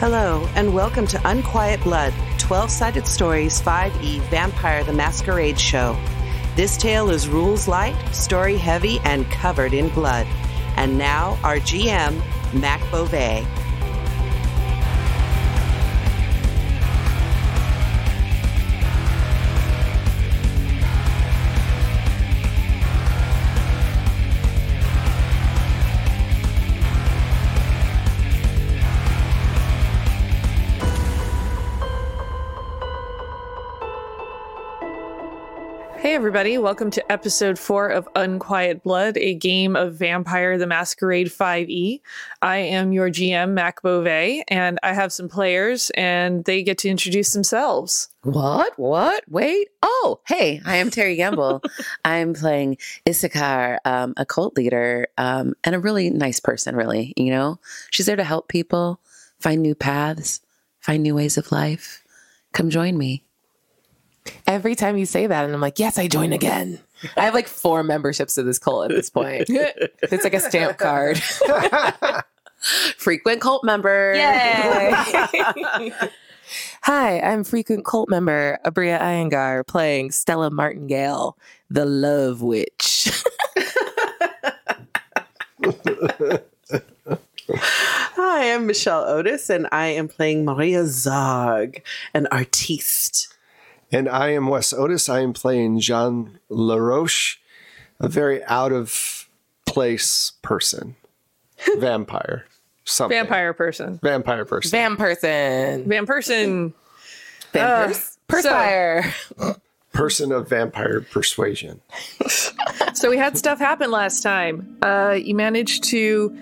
Hello, and welcome to Unquiet Blood 12 Sided Stories 5e Vampire the Masquerade Show. This tale is rules light, story heavy, and covered in blood. And now, our GM, Mac Beauvais. Hey, everybody, welcome to episode four of Unquiet Blood, a game of Vampire the Masquerade 5e. I am your GM, Mac Beauvais, and I have some players, and they get to introduce themselves. What? What? Wait. Oh, hey, I am Terry Gamble. I'm playing Issachar, um, a cult leader, um, and a really nice person, really. You know, she's there to help people find new paths, find new ways of life. Come join me. Every time you say that, and I'm like, yes, I join again. I have like four memberships to this cult at this point. it's like a stamp card. Frequent cult member. Hi, I'm frequent cult member Abria Iyengar playing Stella Martingale, the Love Witch. Hi, I'm Michelle Otis, and I am playing Maria Zog, an artiste. And I am Wes Otis. I am playing Jean LaRoche, a very out of place person, vampire, something. Vampire person. Vampire person. Van person. Oh, Van person. Vampers. Perspire. person of vampire persuasion. So we had stuff happen last time. Uh, you managed to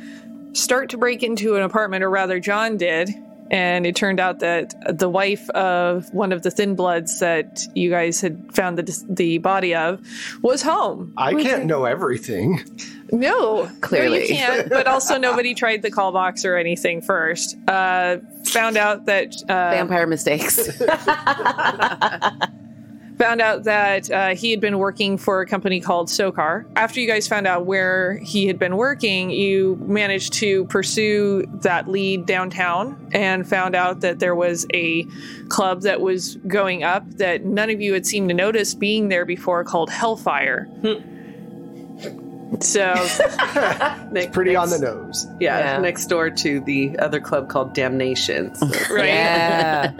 start to break into an apartment, or rather, John did. And it turned out that the wife of one of the Thin Bloods that you guys had found the, the body of was home. I can't know everything. No, no, Clearly. you can't. But also, nobody tried the call box or anything first. Uh, found out that uh, Vampire mistakes. found out that uh, he had been working for a company called Sokar. After you guys found out where he had been working, you managed to pursue that lead downtown and found out that there was a club that was going up that none of you had seemed to notice being there before called Hellfire. So Next, Pretty on next, the nose. Yeah, Yeah. next door to the other club called Damnation. So right. Yeah.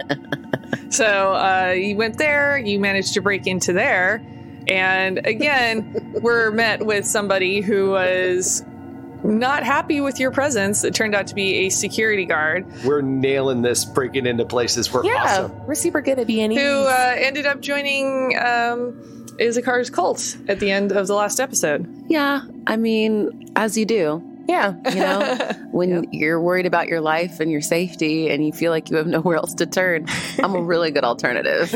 So uh, you went there, you managed to break into there, and again, we're met with somebody who was not happy with your presence. It turned out to be a security guard We're nailing this, breaking into places. We're yeah. awesome. We're super good at being who uh, ended up joining um, Issakar's cult at the end of the last episode. yeah, I mean, as you do. Yeah. You know, when you're worried about your life and your safety and you feel like you have nowhere else to turn, I'm a really good alternative.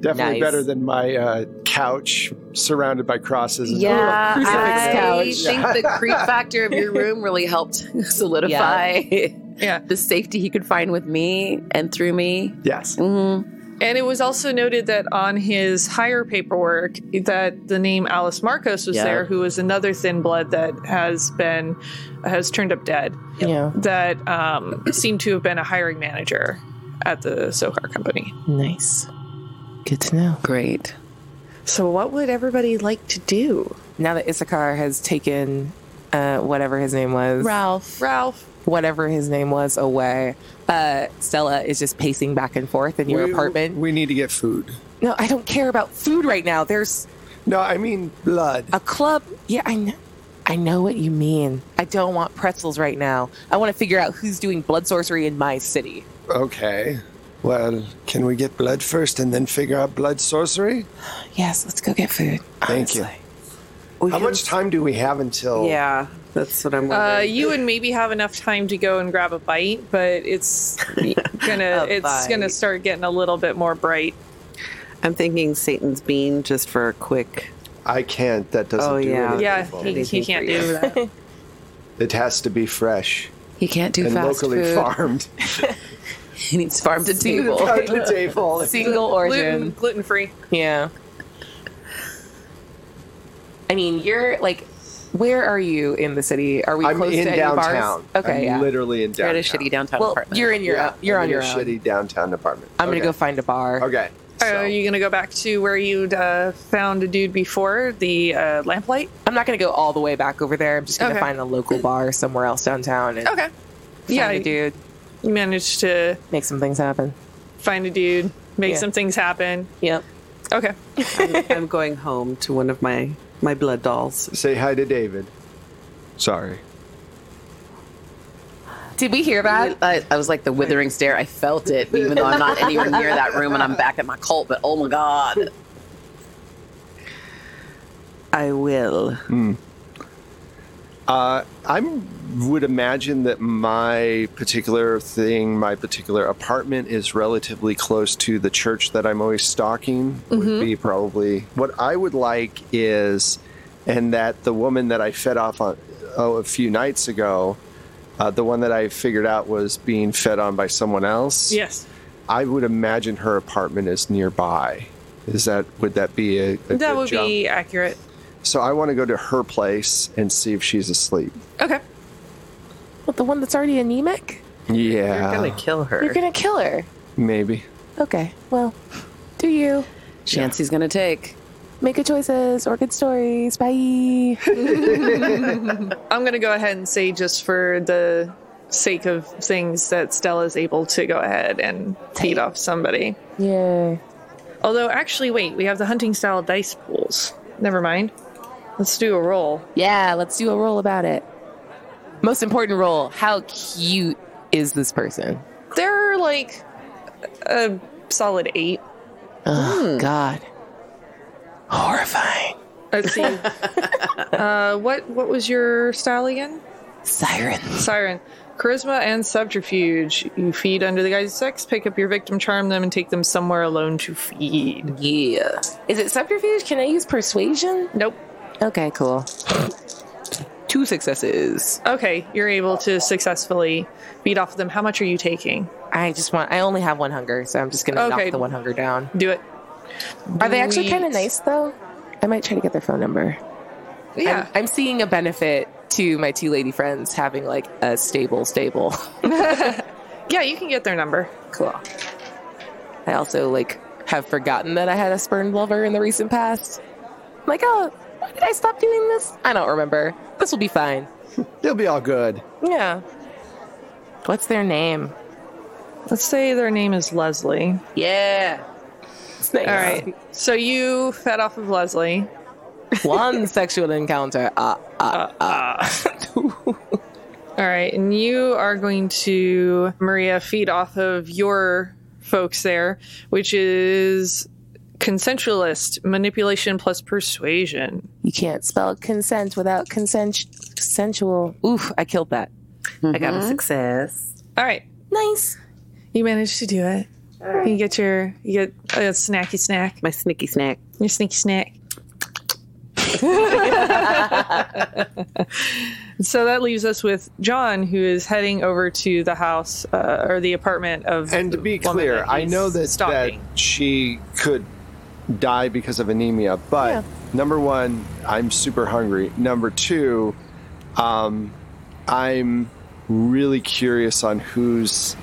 Definitely Nice. better than my uh, couch surrounded by crosses. and- Yeah, crucifix I couch. think the creep factor of your room really helped solidify Yeah. the safety he could find with me and through me. Yes. hmm And it was also noted that on his hire paperwork that the name Alice Marcos was Yeah. there, who was another thin blood that has been has turned up dead. Yeah. that um, seemed to have been a hiring manager at the Socar company. Nice. Good to know. Great. So, what would everybody like to do? Now that Issachar has taken uh, whatever his name was. Ralph. Ralph, whatever his name was away. Uh, Stella is just pacing back and forth in your We- apartment. We need to get food. no, I don't care about food right now. There's No, I mean blood. a club. Yeah, I know. I know what you mean. I don't want pretzels right now. I want to figure out who's doing blood sorcery in my city. Okay. Well, can we get blood first and then figure out blood sorcery? Yes, let's go get food. Thank you. honestly. we How can- much time do we have until? Yeah, that's what I'm uh, wondering. you would maybe have enough time to go and grab a bite, but it's gonna A it's bite. gonna start getting a little bit more bright. I'm thinking Satan's bean just for a quick. I can't. That doesn't Oh, do yeah. anything Yeah, for he, me. he can't do that. It has to be fresh He can't do and fast locally food. farmed. He needs farm to table. Farm to table. Single Gluten origin. gluten free. Yeah. I mean, you're like Where are you in the city? Are we I'm close in to any downtown. bars? Okay, I'm yeah. literally in You're downtown. at a shitty downtown well, apartment. you're in your Yeah, you're I'm on in your a own. shitty downtown apartment. I'm gonna Okay. go find a bar. Okay. so- Are you going to go back to where you'd uh, found a dude before, the uh, lamplight? I'm not gonna go all the way back over there. I'm just gonna Okay. find a local bar somewhere else downtown and Okay. find Yeah, a you dude, managed to make some things happen. find a dude, make Yeah. some things happen. Yep. Okay. I'm going home to one of my my blood dolls. Say hi to David. Sorry. Did we hear that? I, I uh, was like the withering stare. I felt it, even though I'm not anywhere near that room and I'm back at my cult. But oh my god, I will. I would imagine that my particular thing, my particular apartment is relatively close to the church that I'm always stalking. Mm-hmm. Would be probably what I would like is, and that the woman that I fed off on oh, a few nights ago, uh, the one that I figured out was being fed on by someone else. Yes. I would imagine her apartment is nearby. Is that would that be a, a That good would jump? be accurate. So I want to go to her place and see if she's asleep. Okay. Well, the one that's already anemic? Yeah, You're gonna kill her. You're gonna kill her. maybe. Okay. Well, do you chance he's gonna take. make good choices or good stories? Bye. I'm going to go ahead and say, just for the sake of things, that Stella's able to go ahead and feed off somebody. Yeah. Although, actually, wait, we have the hunting style dice pools. Never mind. Let's do a roll. Yeah. Let's do a roll about it. Most important roll. How cute is this person? They're like a solid eight. Oh God. Horrifying. Let's see. uh, what what was your style again? Siren. Siren. Charisma and subterfuge. You feed under the guise of sex, pick up your victim, charm them, and take them somewhere alone to feed. Yeah. Is it subterfuge? Can I use persuasion? Nope. Okay. Cool. Two successes. Okay, you're able to successfully beat off them. How much are you taking? I just want. I only have one hunger, so I'm just gonna Okay. knock the one hunger down. Do it. Are they actually kind of Sweet. nice though? I might try to get their phone number. Yeah. I'm, I'm seeing a benefit to my two lady friends having like a stable stable. yeah, you can get their number. Cool. I also like have forgotten that I had a spurned lover in the recent past. I'm like, oh, why did I stop doing this? I don't remember. This will be fine. They'll be all good. Yeah. What's their name? Let's say their name is Leslie. Yeah. It's nice. All right. So you fed off of Leslie. One sexual encounter. Uh, All right, and you are going to Maria feed off of your folks there, which is consensualist manipulation plus persuasion. you can't spell consent without consent consensual. Oof, I killed that. I got a Mm-hmm. success. All right, Nice. you managed to do it. You get your you get a snacky snack, My snicky snack. your sneaky snack. so that leaves us with John, who is heading over to the house uh, or the apartment of. And to be the woman clear, I he's know that, that stalking. she could die because of anemia, but number one, I'm super hungry. Number two, um, I'm really curious on who's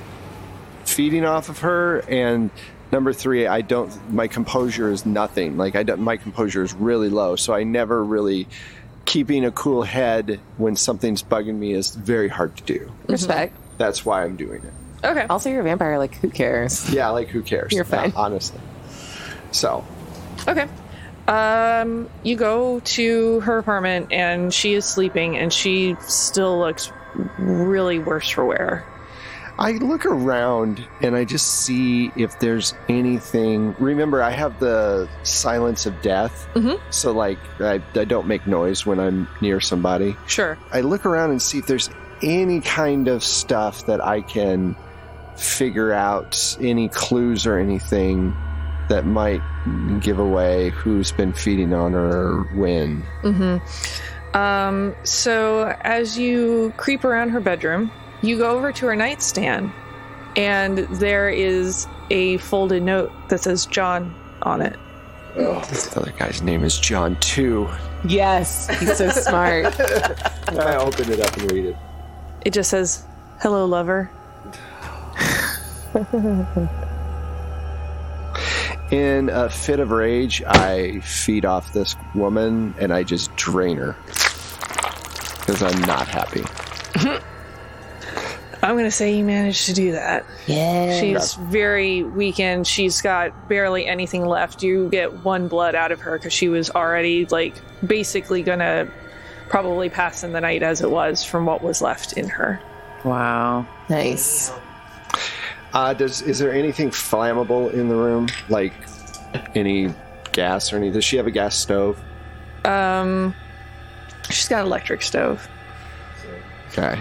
feeding off of her, and number three, I don't. My composure is nothing. Like I don't. My composure is really low, so I never really keeping a cool head when something's bugging me is very hard to do. Respect. That's why I'm doing it. Okay. Also, you're a vampire. Like, who cares? Yeah, like who cares? You're fine. Uh, honestly. So, Okay. Um, you go to her apartment and she is sleeping and she still looks really worse for wear. I look around and I just see if there's anything. Remember, I have the silence of death. Mm-hmm. Mhm. So, like, I, I don't make noise when I'm near somebody. Sure. I look around and see if there's any kind of stuff that I can figure out, any clues or anything that might give away who's been feeding on her or when. Mm-hmm. Um, so as you creep around her bedroom, you go over to her nightstand and there is a folded note that says John on it. This other guy's name is John, too. Yes, he's so smart. I opened it up and read it. It just says, "Hello, lover." In a fit of rage, I feed off this woman and I just drain her because I'm not happy. I'm gonna say you managed to do that. Yeah. She's very weakened. She's got barely anything left. You get one blood out of her because she was already like basically gonna probably pass in the night as it was from what was left in her. Wow. nice. Uh, does is there anything flammable in the room, like any gas or anything? Does she have a gas stove? She's got an electric stove. Okay.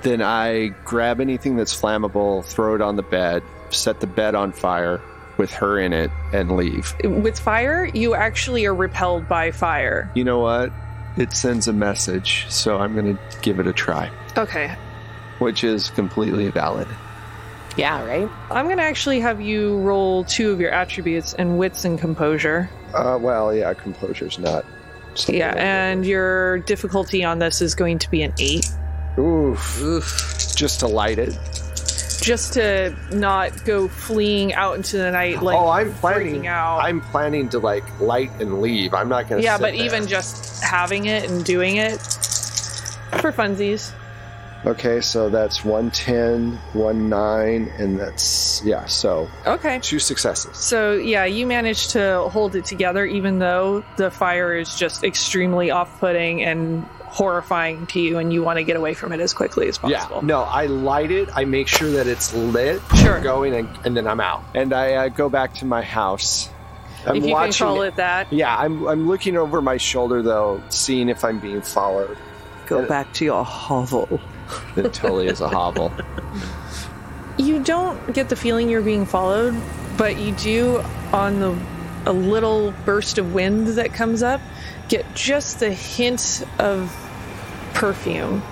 Then I grab anything that's flammable, throw it on the bed, set the bed on fire with her in it, and leave. With fire, you actually are repelled by fire. You know what? It sends a message, so I'm going to give it a try, Okay. which is completely valid. Yeah, right? I'm gonna actually have you roll two of your attributes and wits and composure. Uh, well, yeah, composure's not. something Yeah, like that. and your difficulty on this is going to be an eight. Oof. Just to light it. just to not go fleeing out into the night like oh, I'm freaking planning. out. I'm planning to like light and leave. I'm not going to. yeah, but even just having it and doing it for funsies. Okay, so that's 110, 19, and that's yeah. So Okay. two successes. So yeah, you managed to hold it together even though the fire is just extremely off-putting and horrifying to you and you want to get away from it as quickly as Yeah. possible. No, I light it. I make sure that it's lit. Sure. I'm going and, and then I'm out. And I uh, go back to my house. I'm if you can watching. call it that. Yeah, I'm I'm looking over my shoulder though, seeing if I'm being followed. Go back to your hovel. It totally is a hovel. you don't get the feeling you're being followed, but you do on the a little burst of wind that comes up get just the hint of perfume.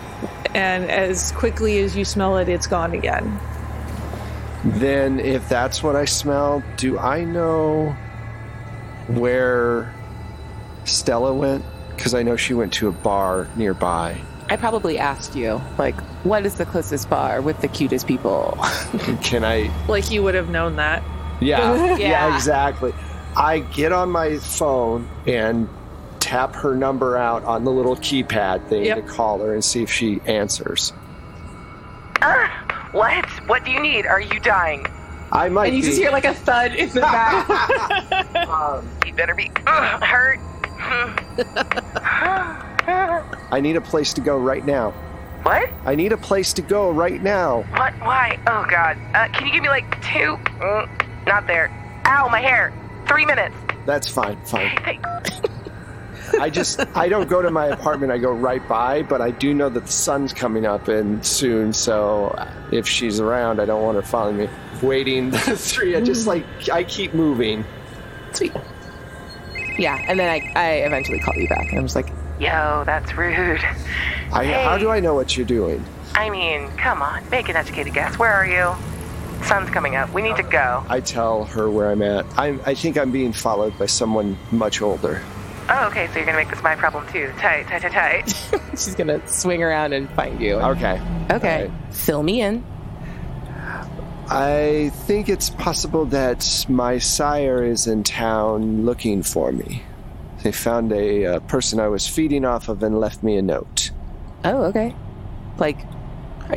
And as quickly as you smell it, it's gone again. Then, if that's what I smell, do I know where Stella went? Because I know she went to a bar nearby. I probably asked you, like, what is the closest bar with the cutest people? Can I? Like you would have known that. Yeah, yeah, Yeah. exactly. I get on my phone and tap her number out on the little keypad thing Yep. to call her and see if she answers. Ah, What? What do you need? Are you dying? I might. And you be, just hear like a thud in the back. You better be Ugh, hurt. I need a place to go right now. What? I need a place to go right now. What? Why? Oh God. Uh, can you give me like two? Mm, not there. Ow, my hair. Three minutes. That's fine. Fine. Thank- I just I don't go to my apartment. I go right by, but I do know that the sun's coming up and soon. So if she's around, I don't want her following me. Waiting the three. I just like I keep moving. Sweet. Yeah, and then I, I eventually call you back, and I'm just like, Yo, that's rude. I, How do I know what you're doing? I mean, come on. Make an educated guess. Where are you? Sun's coming up. We need to go. I tell her where I'm at. I'm, I think I'm being followed by someone much older. Oh, okay. So you're gonna make this my problem too. Tight, tight, tight, tight. she's gonna swing around and find you. Okay. okay, All fill me in. I think it's possible that my sire is in town looking for me. They found a uh, person I was feeding off of and left me a note. Oh, okay. Like,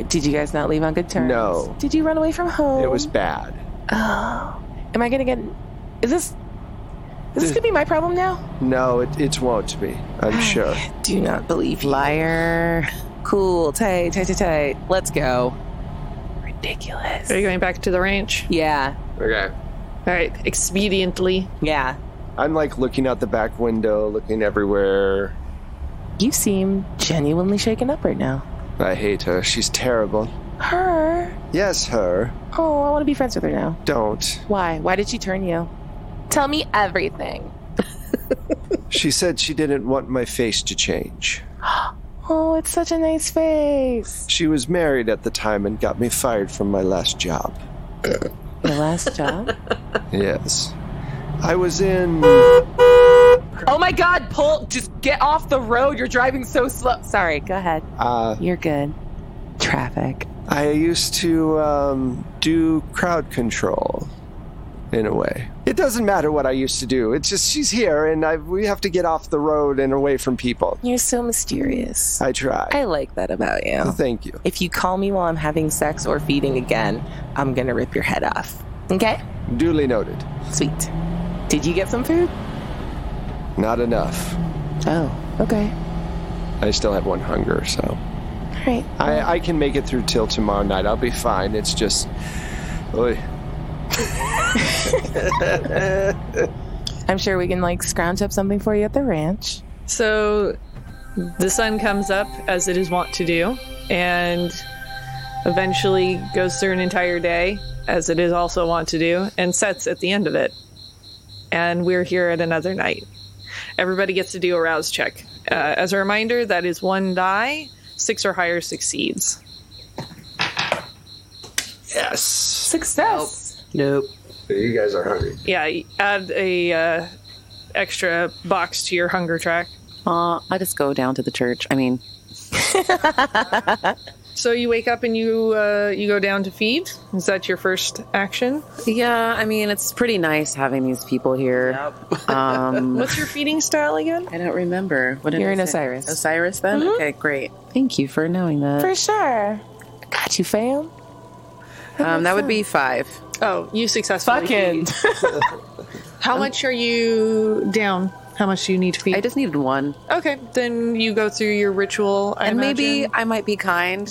did you guys not leave on good terms? No. Did you run away from home? It was bad. Oh, am I gonna get? Is this? Is this Th- gonna be my problem now? No, it, it won't be, I'm sure. Do not believe you. liar. Cool, tight, tight, tight, tight. Let's go. Ridiculous. Are you going back to the ranch? Yeah, Okay. All right, expediently. yeah. I'm like looking out the back window, looking everywhere. You seem genuinely shaken up right now. I hate her. She's terrible. Her. Yes, her. Oh, I want to be friends with her now. Don't. Why? Why did she turn you? Tell me everything. She said she didn't want my face to change. Oh, it's such a nice face. She was married at the time and got me fired from my last job. Your last job? Yes. I was in Oh my god, pull just get off the road. You're driving so slow. Sorry, go ahead. Uh, You're good. Traffic. I used to um, do crowd control in a way. It doesn't matter what I used to do. It's just she's here and I, we have to get off the road and away from people. You're so mysterious. I try. I like that about you. Thank you. If you call me while I'm having sex or feeding again, I'm gonna rip your head off. Okay? Duly noted. Sweet. Did you get some food? Not enough. Oh, okay. I still have one hunger, so All right. I, I can make it through till tomorrow night. I'll be fine. It's just, Oy. I'm sure we can like scrounge up something for you at the ranch. So the sun comes up as it is wont to do, and eventually goes through an entire day as it is also wont to do, and sets at the end of it. And we're here at another night. Everybody gets to do a rouse check. Uh, as a reminder, that is one die, six or higher succeeds. yes. Success. Nope. You guys are hungry. Yeah, y- add a uh, extra box to your hunger track. Aw, Uh, I just go down to the church. I mean, So you wake up and you uh, you go down to feed. Is that your first action? yeah, I mean, it's pretty nice having these people here. Um, What's your feeding style again? I don't remember. What did You're I in say? Osiris. Osiris, then? Okay, great. Thank you for knowing that. For sure. Got you, fam. um, that would be five. Oh, you successfully. feed. How much are you down? How much do you need to feed? I just needed one. okay, then you go through your ritual. I and maybe imagine. I might be kind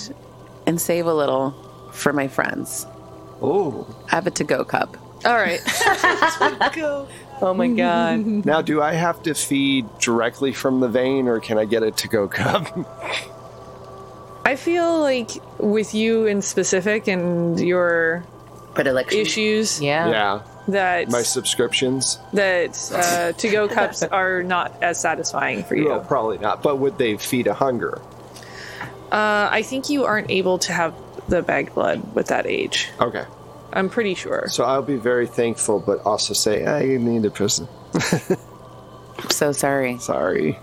and save a little for my friends. Oh. I have a to go cup. all right. Oh my god. Now, do I have to feed directly from the vein or can I get a to go cup? I feel like with you in specific and your Predilection. issues yeah. yeah. that My subscriptions? that uh, to go cups are not as satisfying for you. Well, probably not. But would they feed a hunger? Uh, I think you aren't able to have the bagged blood with that age. Okay. I'm pretty sure. So I'll be very thankful, but also say, I need a prison. I'm so sorry. Sorry.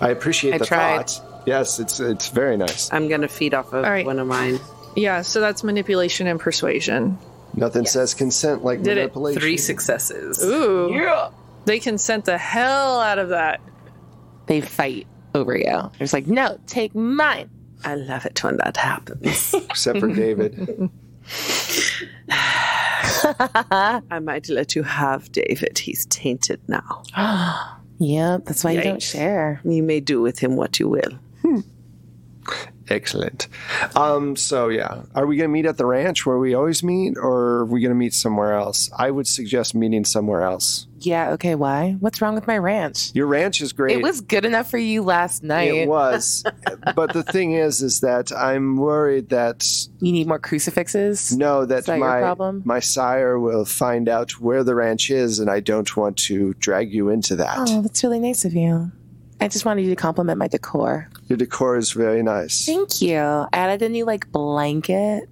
I appreciate I the tried. Um, thought. Yes, it's it's very nice. I'm gonna feed off of All right. one of mine. Yeah, so that's manipulation and persuasion. Nothing says consent like Did it. manipulation. Three successes. Ooh. They consent the hell out of that. They fight over you. It's like, no, take mine. I love it when that happens. Except for David. I might let you have David. He's tainted now. Yep, that's why you Yikes. don't share. You may do with him what you will. Excellent. Um, so yeah. Are we gonna meet at the ranch where we always meet, or are we gonna meet somewhere else? I would suggest meeting somewhere else. Yeah, okay, why? What's wrong with my ranch? Your ranch is great. It was good enough for you last night. It was. but the thing is is that I'm worried that You need more crucifixes? no that, that your my problem? my sire will find out where the ranch is and I don't want to drag you into that. Oh, that's really nice of you. I just wanted you to compliment my decor. Your decor is very nice. Thank you. I added a new like blanket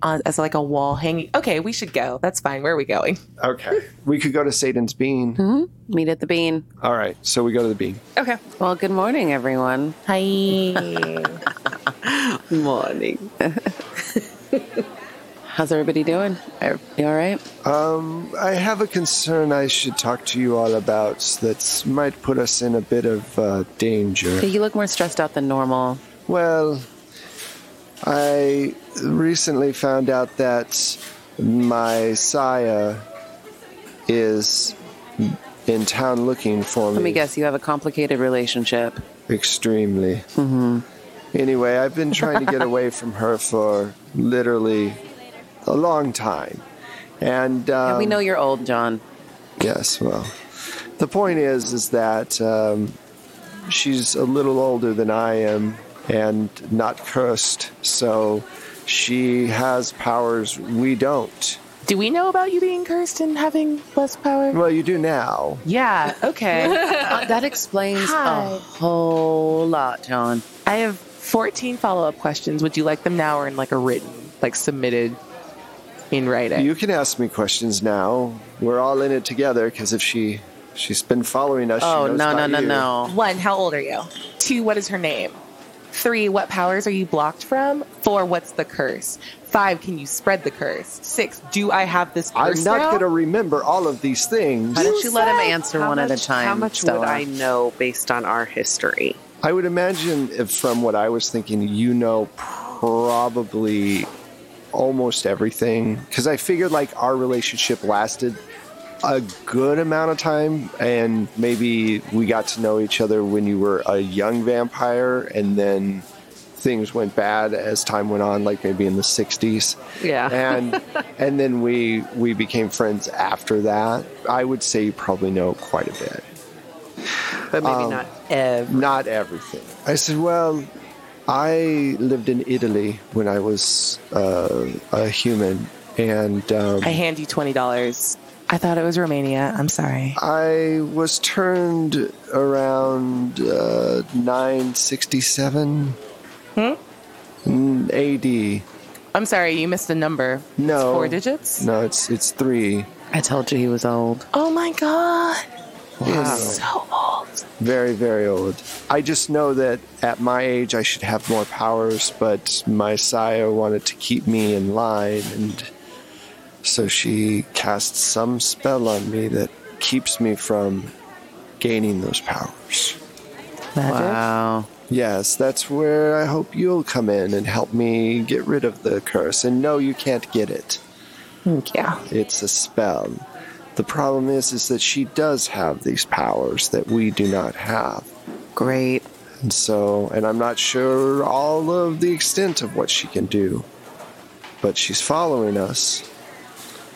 on, as like a wall hanging. Okay, we should go. That's fine. Where are we going? Okay. We could go to Satan's Bean. Hmm? Meet at the bean. All right. So we go to the bean. Okay. Well, good morning, everyone. Hi. Morning. How's everybody doing? Are you all right? Um, I have a concern I should talk to you all about that might put us in a bit of uh, danger. Hey, you look more stressed out than normal. Well, I recently found out that my sire is in town looking for me. Let me guess, you have a complicated relationship. Extremely. Mm-hmm. Anyway, I've been trying to get away from her for literally a long time. And um, And we know you're old, John. Yes, well, the point is, is that um, she's a little older than I am and not cursed, so she has powers we don't. Do we know about you being cursed and having less power? Well, you do now. Yeah, okay. Uh, that explains Hi. a whole lot, John. I have 14 follow up questions. Would you like them now or in like a written, like submitted in writing? You can ask me questions now. We're all in it together because if she She's been following us. She Oh, knows no, no, about no, you. no. One, how old are you? Two, what is her name? Three, what powers are you blocked from? Four, what's the curse? Five, can you spread the curse? Six, do I have this I'm curse not now? going to remember all of these things. Why don't you let him said- answer How one at a much- time? How much Stella? would I know based on our history? I would imagine, if, from what I was thinking, you know probably almost everything. Because I figured like our relationship lasted a good amount of time, and maybe we got to know each other when you were a young vampire, and then things went bad as time went on, like maybe in the 60s. Yeah. And and then we we became friends after that. I would say you probably know quite a bit Um, But maybe not every. not everything. I said, well, I lived in Italy when I was uh, a human, and um, I I-, hand you $20. I thought it was Romania. I'm sorry. was turned around uh, 967 mm, AD. I'm sorry, you missed a number. No, It's four digits? No, it's it's three. I told you he was old. Oh my God. Yes. So old. Very, very old. I just know that at my age I should have more powers, but my sire wanted to keep me in line, and so she cast some spell on me that keeps me from gaining those powers. Magic. Wow. Yes, that's where I hope you'll come in and help me get rid of the curse. And no, you can't get it. Yeah. It's a spell. The problem is is that she does have these powers that we do not have. Great. And so, and I'm not sure all of the extent of what she can do, but she's following us,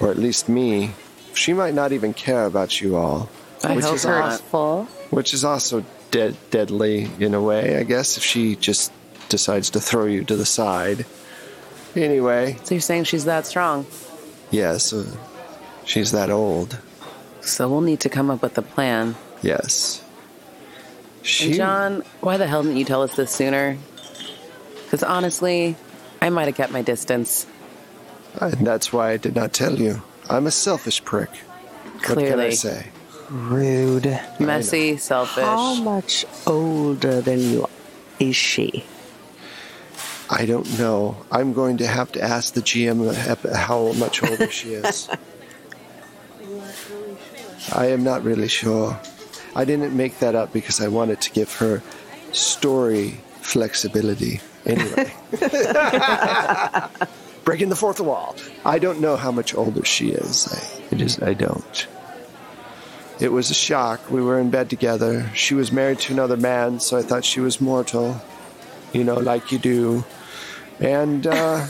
or at least me. She might not even care about you all, I which hope is not. also, which is also dead, deadly in a way, I guess, if she just decides to throw you to the side. Anyway, So you're saying she's that strong? yes, uh, she's that old. So we'll need to come up with a plan. Yes. And She, John, why the hell didn't you tell us this sooner? Because honestly, I might have kept my distance. and that's why I did not tell you. I'm a selfish prick. What can I Clearly. say? Rude. Messy, selfish. How much older than you is she? I don't know. I'm going to have to ask the GM ep- how much older she is. I am not really sure. I didn't make that up because I wanted to give her story flexibility. Anyway, breaking the fourth wall. I don't know how much older she is. I, it is. I don't. It was a shock. We were in bed together. She was married to another man, so I thought she was mortal you know, like you do. And uh,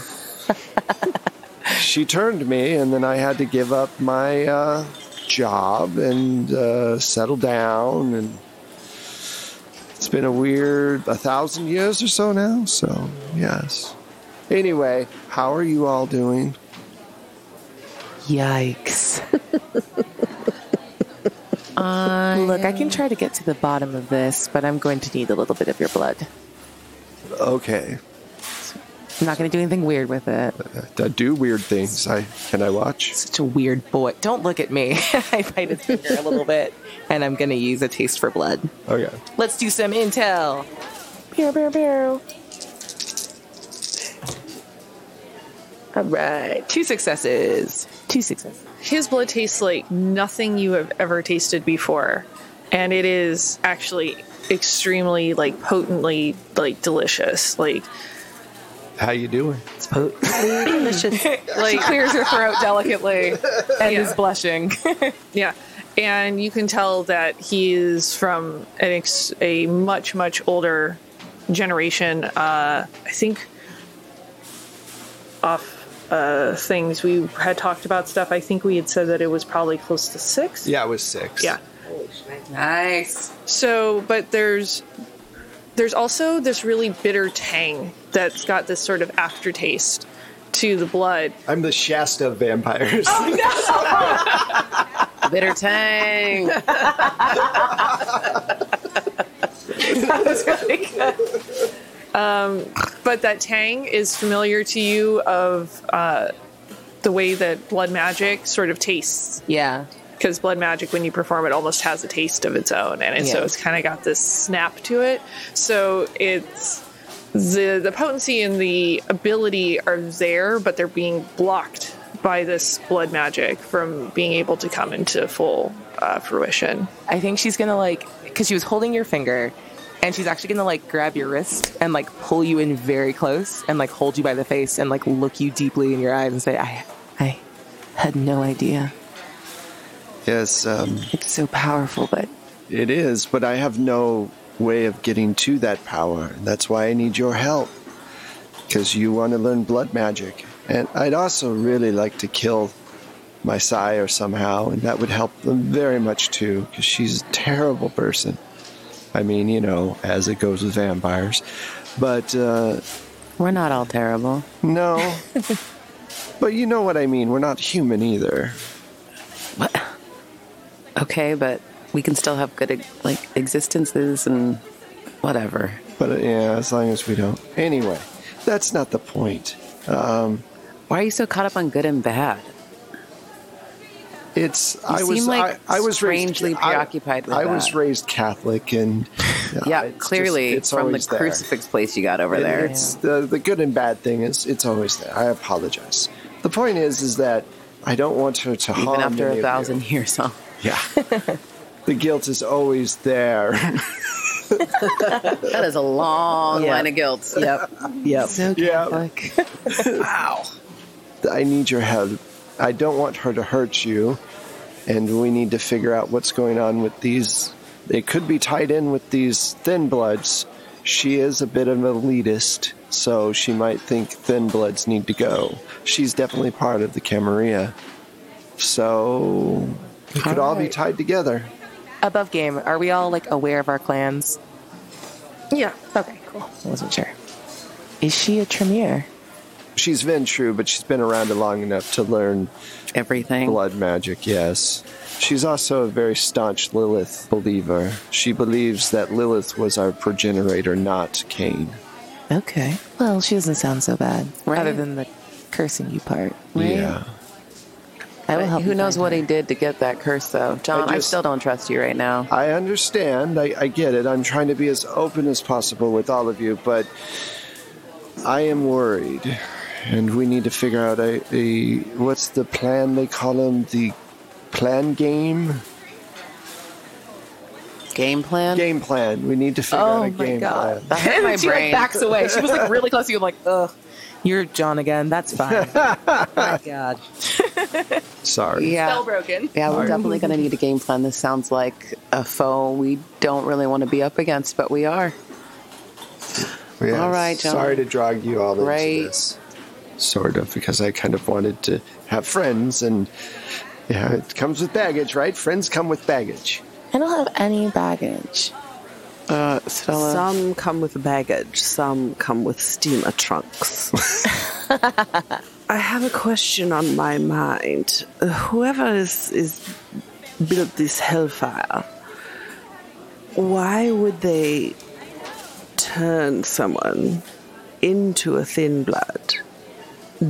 she turned me, and then I had to give up my uh, job and uh, settle down. And it's been a weird, a thousand years or so now. So, yes. Anyway, how are you all doing? Yikes. Look, I can try to get to the bottom of this, but I'm going to need a little bit of your blood. Okay. I'm not going to do anything weird with it. I do weird things. I can I watch? Such a weird boy. Don't look at me. I bite his finger a little bit, and I'm going to use a taste for blood. Okay. Let's do some intel. Pew, pew, pew. All right. Two successes. Two successes. His blood tastes like nothing you have ever tasted before, and it is actually extremely like potently like delicious. Like How you doing? She clears her throat delicately and is blushing. yeah, and you can tell that he is from an ex- a much much older generation. Uh, I think off uh, things we had talked about stuff. I think we had said that it was probably close to six. Yeah, I was six. Yeah. Nice. So, but there's there's also this really bitter tang that's got this sort of aftertaste to the blood. I'm the Shasta of vampires. Bitter tang. But that tang is familiar to you of uh, the way that blood magic sort of tastes. Yeah. because blood magic when you perform it almost has a taste of its own and it, so Yeah. it's kind of got this snap to it so it's the the potency and the ability are there but they're being blocked by this blood magic from being able to come into full uh, fruition I think she's gonna like, because she was holding your finger, and she's actually gonna like grab your wrist and like pull you in very close and like hold you by the face and like look you deeply in your eyes and say, I, I had no idea. Yes, um, It's so powerful, but it is, but I have no way of getting to that power. That's why I need your help. Because you want to learn blood magic. And I'd also really like to kill my sire somehow, and that would help them very much too, because she's a terrible person. I mean, you know, as it goes with vampires. But, uh, We're not all terrible. no. but you know what I mean. We're not human either. Okay, but we can still have good like existences and whatever. But uh, yeah, as long as we don't. Anyway, that's not the point. Why are you so caught up on good and bad? Uh, It's I seem was like I, I was strangely raised, I- preoccupied with I, was that. raised Catholic, and Yeah, it's just- clearly it's from the always there. crucifix place you got over It- there. It's the the good and bad thing is it's always there. I apologize. The point is, is that I don't want her to harm Even after any a of thousand you. years, huh? Yeah, the guilt is always there. That is a long line of guilt. Yep. Yep. yeah, I need your help. I don't want her to hurt you, and we need to figure out what's going on with these. It could be tied in with these thin bloods. She is a bit of an elitist, so she might think thin bloods need to go. She's definitely part of the Camarilla. So it could all be tied together. above game, are we all like aware of our clans? Yeah. Okay, cool. I wasn't sure. Is she a Tremere? She's Ventru, but she's been around it long enough to learn Everything. blood magic, yes. She's also a very staunch Lilith believer. She believes that Lilith was our progenitor, not Cain. Okay. Well, she doesn't sound so bad. Right. Other than the cursing you part. Yeah. I will But help Who you knows find what her. he did to get that curse, though? John, I just- still don't trust you right now. I understand. I, I get it. I'm trying to be as open as possible with all of you, but I am worried. And we need to figure out a, a what's the plan they call them? The plan game? Game plan? Game plan. We need to figure out Um, Oh a my game God. plan. That hurt my she brain. like backs away. She was like really close to you. I'm like, ugh, you're John again. That's fine. God. Sorry. yeah. broken. Yeah, we're definitely going to need a game plan. This sounds like a foe we don't really want to be up against, but we are. Yes. All right, John. Sorry to drag you all Right. into this. Sort of, because I kind of wanted to have friends, and yeah, it comes with baggage, right? Friends come with baggage. I don't have any baggage. Uh, Stella. Some come with baggage, some come with steamer trunks. I have a question on my mind. Whoever is, is built this hellfire, why would they turn someone into a thin blood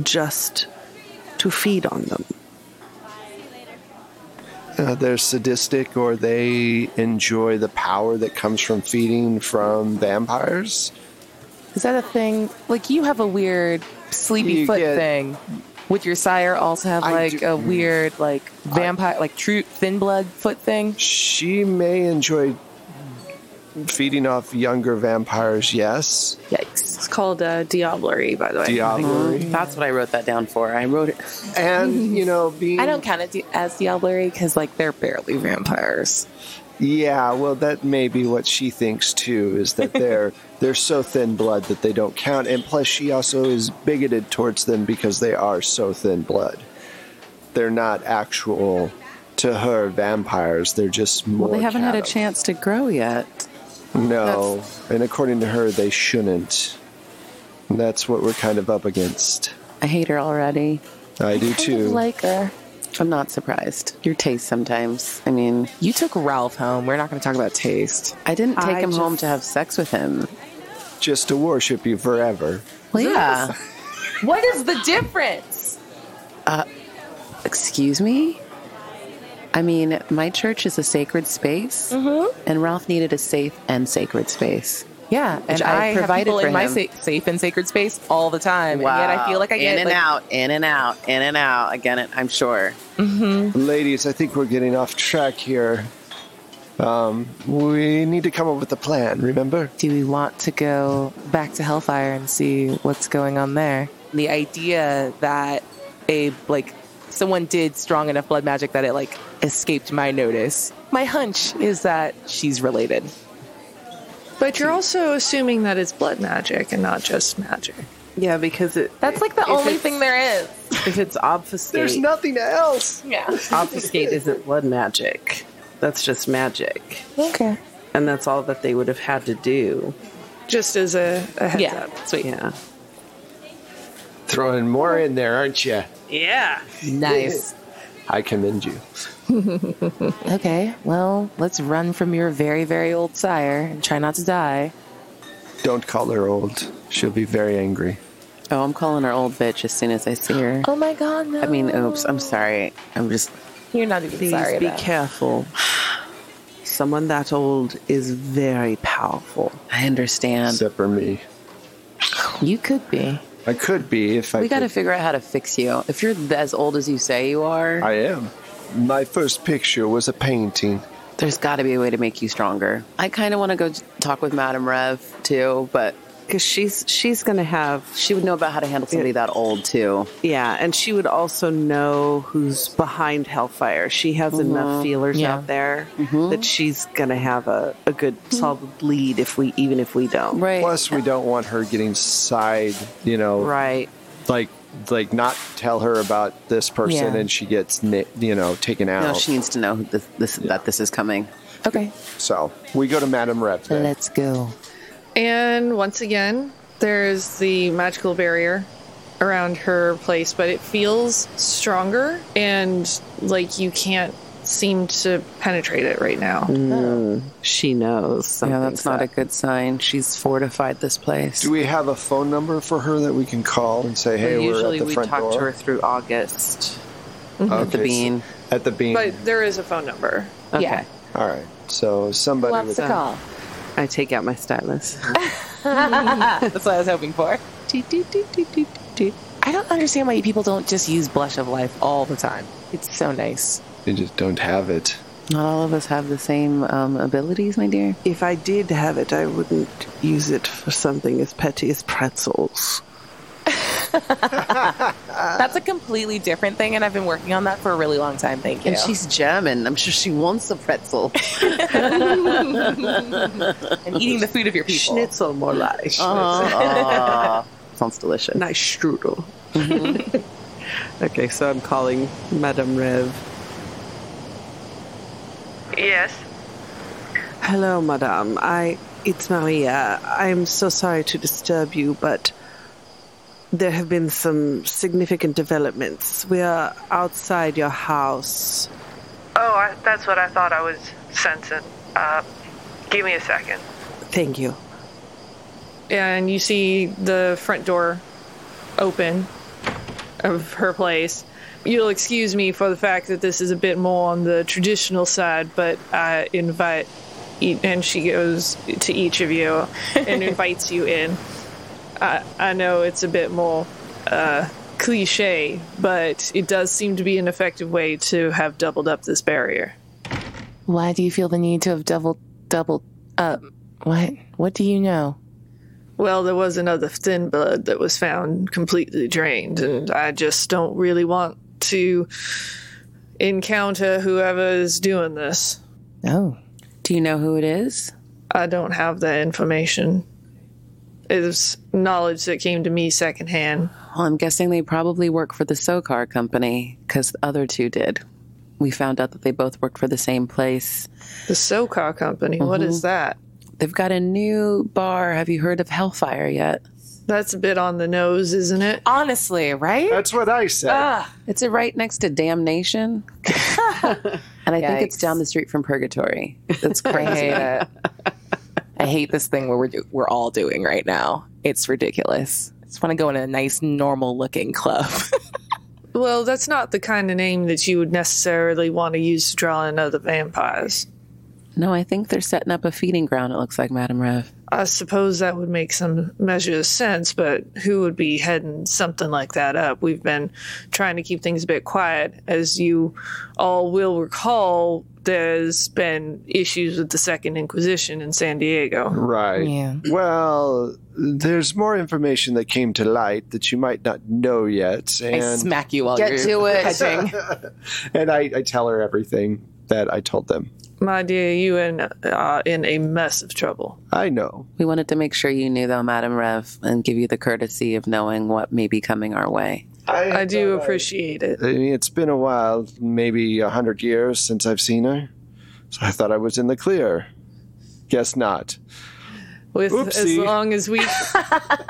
just to feed on them? Uh, they're sadistic, or they enjoy the power that comes from feeding from vampires. Is that a thing? Like, you have a weird sleepy You foot get- thing. Would your sire also have I like do- a weird, like vampire, like true thin blood foot thing? She may enjoy feeding off younger vampires, yes. Yikes! it's called uh, diablerie by the way Diablerie. That's what I wrote that down for. I wrote it. And, you know, being. I don't count it di- as diablerie because like they're barely vampires. Yeah, well, that may be what she thinks too. Is that they're they're so thin blood that they don't count, and plus she also is bigoted towards them because they are so thin blood. They're not actual to her vampires. They're just more. Well, they haven't had a cattle. chance to grow yet. No, and according to her, they shouldn't. And that's what we're kind of up against. I hate her already. I do too. like her. I'm not surprised. Your taste sometimes. I mean, You took Ralph home. Um, We're not going to talk about taste. I didn't take I him just- home to have sex with him. just to worship you forever. Well, yeah. What is the difference? Excuse me? I mean, my church is a sacred space, Mm-hmm. and Ralph needed a safe and sacred space. Yeah, and I I, have provided people for in my him. sa- safe and sacred space all the time, and yet I feel like I get in and like, out, in and out, in and out. I get it. I'm sure. Ladies, I think we're getting off track here. Um, we need to come up with a plan, remember? do we want to go back to Hellfire and see what's going on there? The idea that a like someone did strong enough blood magic that it like escaped my notice. My hunch is that she's related. But you're also assuming that it's blood magic and not just magic. Yeah, because it That's like the if only it's- thing there is. if it's obfuscate, There's nothing else. Yeah. obfuscate isn't blood magic. That's just magic, Okay. and that's all that they would have had to do. Just as a, a heads Yeah. up. Sweet. Yeah. Throwing more in there, aren't you? Yeah. Nice. I commend you. okay. Well, let's run from your very very old sire and try not to die. Don't call her old. She'll be very angry. Oh, I'm calling her old bitch as soon as I see her. Oh my god. No. I mean, oops. I'm sorry. I'm just. you're not even Please sorry be about. it. careful. Someone that old is very powerful. I understand. Except for me. You could be. I could be if I we got to could. figure out how to fix you. If you're as old as you say you are, I am. My first picture was a painting. there's got to be a way to make you stronger. I kind of want to go talk with Madame Rev too, but Because she's she's gonna have she would know about how to handle somebody that old too. yeah, and she would also know who's behind Hellfire. She has enough feelers Yeah. out there that she's gonna have a, a good solid lead if we even if we don't. Right. Plus, we don't want her getting side, you know, Right. like like not tell her about this person Yeah. and she gets ni- you know taken out. no, she needs to know who this, this, that this is coming. Okay. so we go to Madame Rev. then. Let's go. And once again, there's the magical barrier around her place, but it feels stronger and like you can't seem to penetrate it right now. Mm. She knows. Yeah, something's that's not a up. good sign. She's fortified this place. Do we have a phone number for her that we can call and say, "Hey, we're Usually at the we front talk door"? to her through August. at the bean. At the bean. But there is a phone number. Okay. Yeah. All right. So somebody Lots with to call. I take out my stylus. That's what I was hoping for. I don't understand why people don't just use Blush of Life all the time. It's so nice. they just don't have it. Not all of us have the same um, abilities, my dear. if I did have it, I wouldn't use it for something as petty as pretzels. That's a completely different thing, and I've been working on that for a really long time. Thank you. And she's German. I'm sure she wants a pretzel. and eating the food of your people. Schnitzel, more like. Aw. Sounds delicious. Nice strudel. okay, so I'm calling Madame Rev. Yes. Hello, Madame. I. It's Maria. I'm so sorry to disturb you, but there have been some significant developments. We are outside your house. Oh, I, that's what I thought I was sensing. Uh, give me a second. Thank you. and you see the front door open of her place. You'll excuse me for the fact that this is a bit more on the traditional side, but I invite, e- and she goes to each of you and invites you in. I, I know it's a bit more uh, cliche, but it does seem to be an effective way to have doubled up this barrier. Why do you feel the need to have double, double, uh, what? What do you know? Well, there was another thin blood that was found completely drained, and I just don't really want to encounter whoever is doing this. Oh, Do you know who it is? I don't have that information. It's knowledge that came to me secondhand. Well, I'm guessing they probably work for the SoCar company because the other two did. We found out that they both worked for the same place. The SoCar company, what is that? They've got a new bar. Have you heard of Hellfire yet? That's a bit on the nose, isn't it? honestly, right? That's what I said. It's uh, right next to Damnation. and I think it's Yikes. down the street from Purgatory. That's I crazy. hate it. I hate this thing where we're do- we're all doing right now. It's ridiculous. I just want to go in a nice, normal looking club. Well, that's not the kind of name that you would necessarily want to use to draw in other vampires. No, I think they're setting up a feeding ground, it looks like, Madam Rev. I suppose that would make some measure of sense, but who would be heading something like that up? We've been trying to keep things a bit quiet. As you all will recall, there's been issues with the Second Inquisition in San Diego. Right. Yeah. Well, there's more information that came to light that you might not know yet, I and smack you while Get you're to it. hedging. and I, I tell her everything that I told them. My dear, you and uh, in a mess of trouble. I know. We wanted to make sure you knew, though, Madam Rev, and give you the courtesy of knowing what may be coming our way. I do appreciate it. I mean, it's been a while, maybe a hundred years since I've seen her, so I thought I was in the clear. Guess not. With as Oopsie. long as we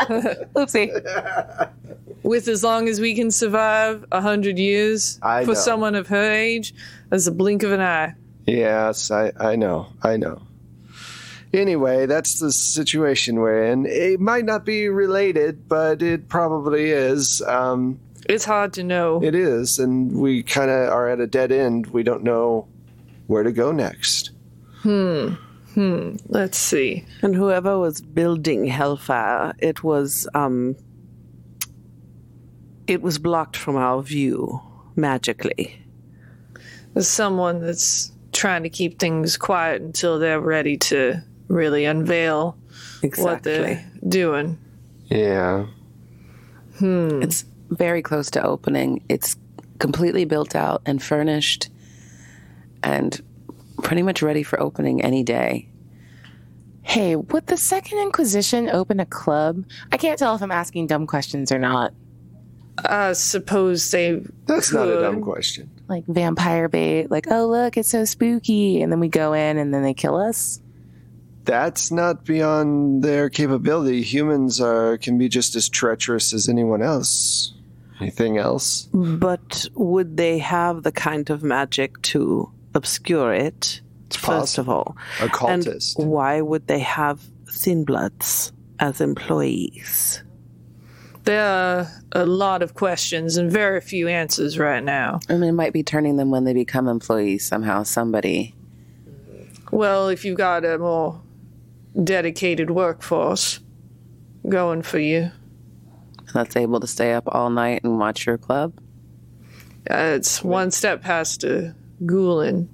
Oopsie. with as long as we can survive a hundred years I for know. someone of her age as a blink of an eye. Yes, I, I know, I know. Anyway, that's the situation we're in. It might not be related, but it probably is. Um, It's hard to know. It is, and we kind of are at a dead end. We don't know where to go next. Let's see. And whoever was building Hellfire, it was um, it was blocked from our view magically. There's someone that's trying to keep things quiet until they're ready to really unveil Exactly. what they're doing. Yeah. It's very close to opening. It's completely built out and furnished and pretty much ready for opening any day. Hey, would the Second Inquisition open a club? I can't tell if I'm asking dumb questions or not. I suppose they That's not a dumb Good. question. Like vampire bait, like, oh, look, it's so spooky. And then we go in and then they kill us. That's not beyond their capability. Humans are can be just as treacherous as anyone else. Anything else? But would they have the kind of magic to obscure it? First of all, Occultist. And why would they have thin bloods as employees? there are a lot of questions and very few answers right now. And it might be turning them when they become employees somehow, somebody. Well, if you've got a more dedicated workforce going for you, that's able to stay up all night and watch your club. uh, it's one step past a ghouling.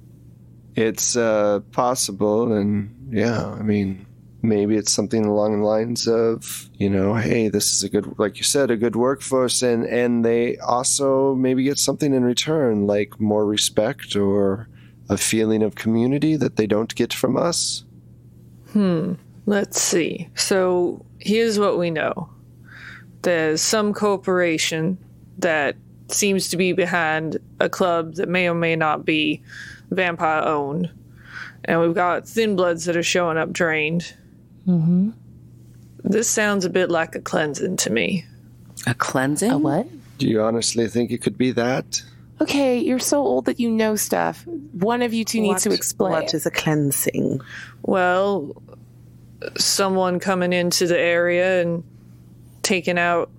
it's uh, possible, and yeah, I mean, maybe it's something along the lines of, you know, hey, this is a good, like you said, a good workforce, and and they also maybe get something in return, like more respect or a feeling of community that they don't get from us. Let's see. So here's what we know there's some corporation that seems to be behind a club that may or may not be vampire owned. And we've got thin bloods that are showing up drained. Mm-hmm. This sounds a bit like a cleansing to me. A cleansing? A what? Do you honestly think it could be that? Okay, you're so old that you know stuff. One of you two needs to What- explain. What is a cleansing? Well, someone coming into the area and taking out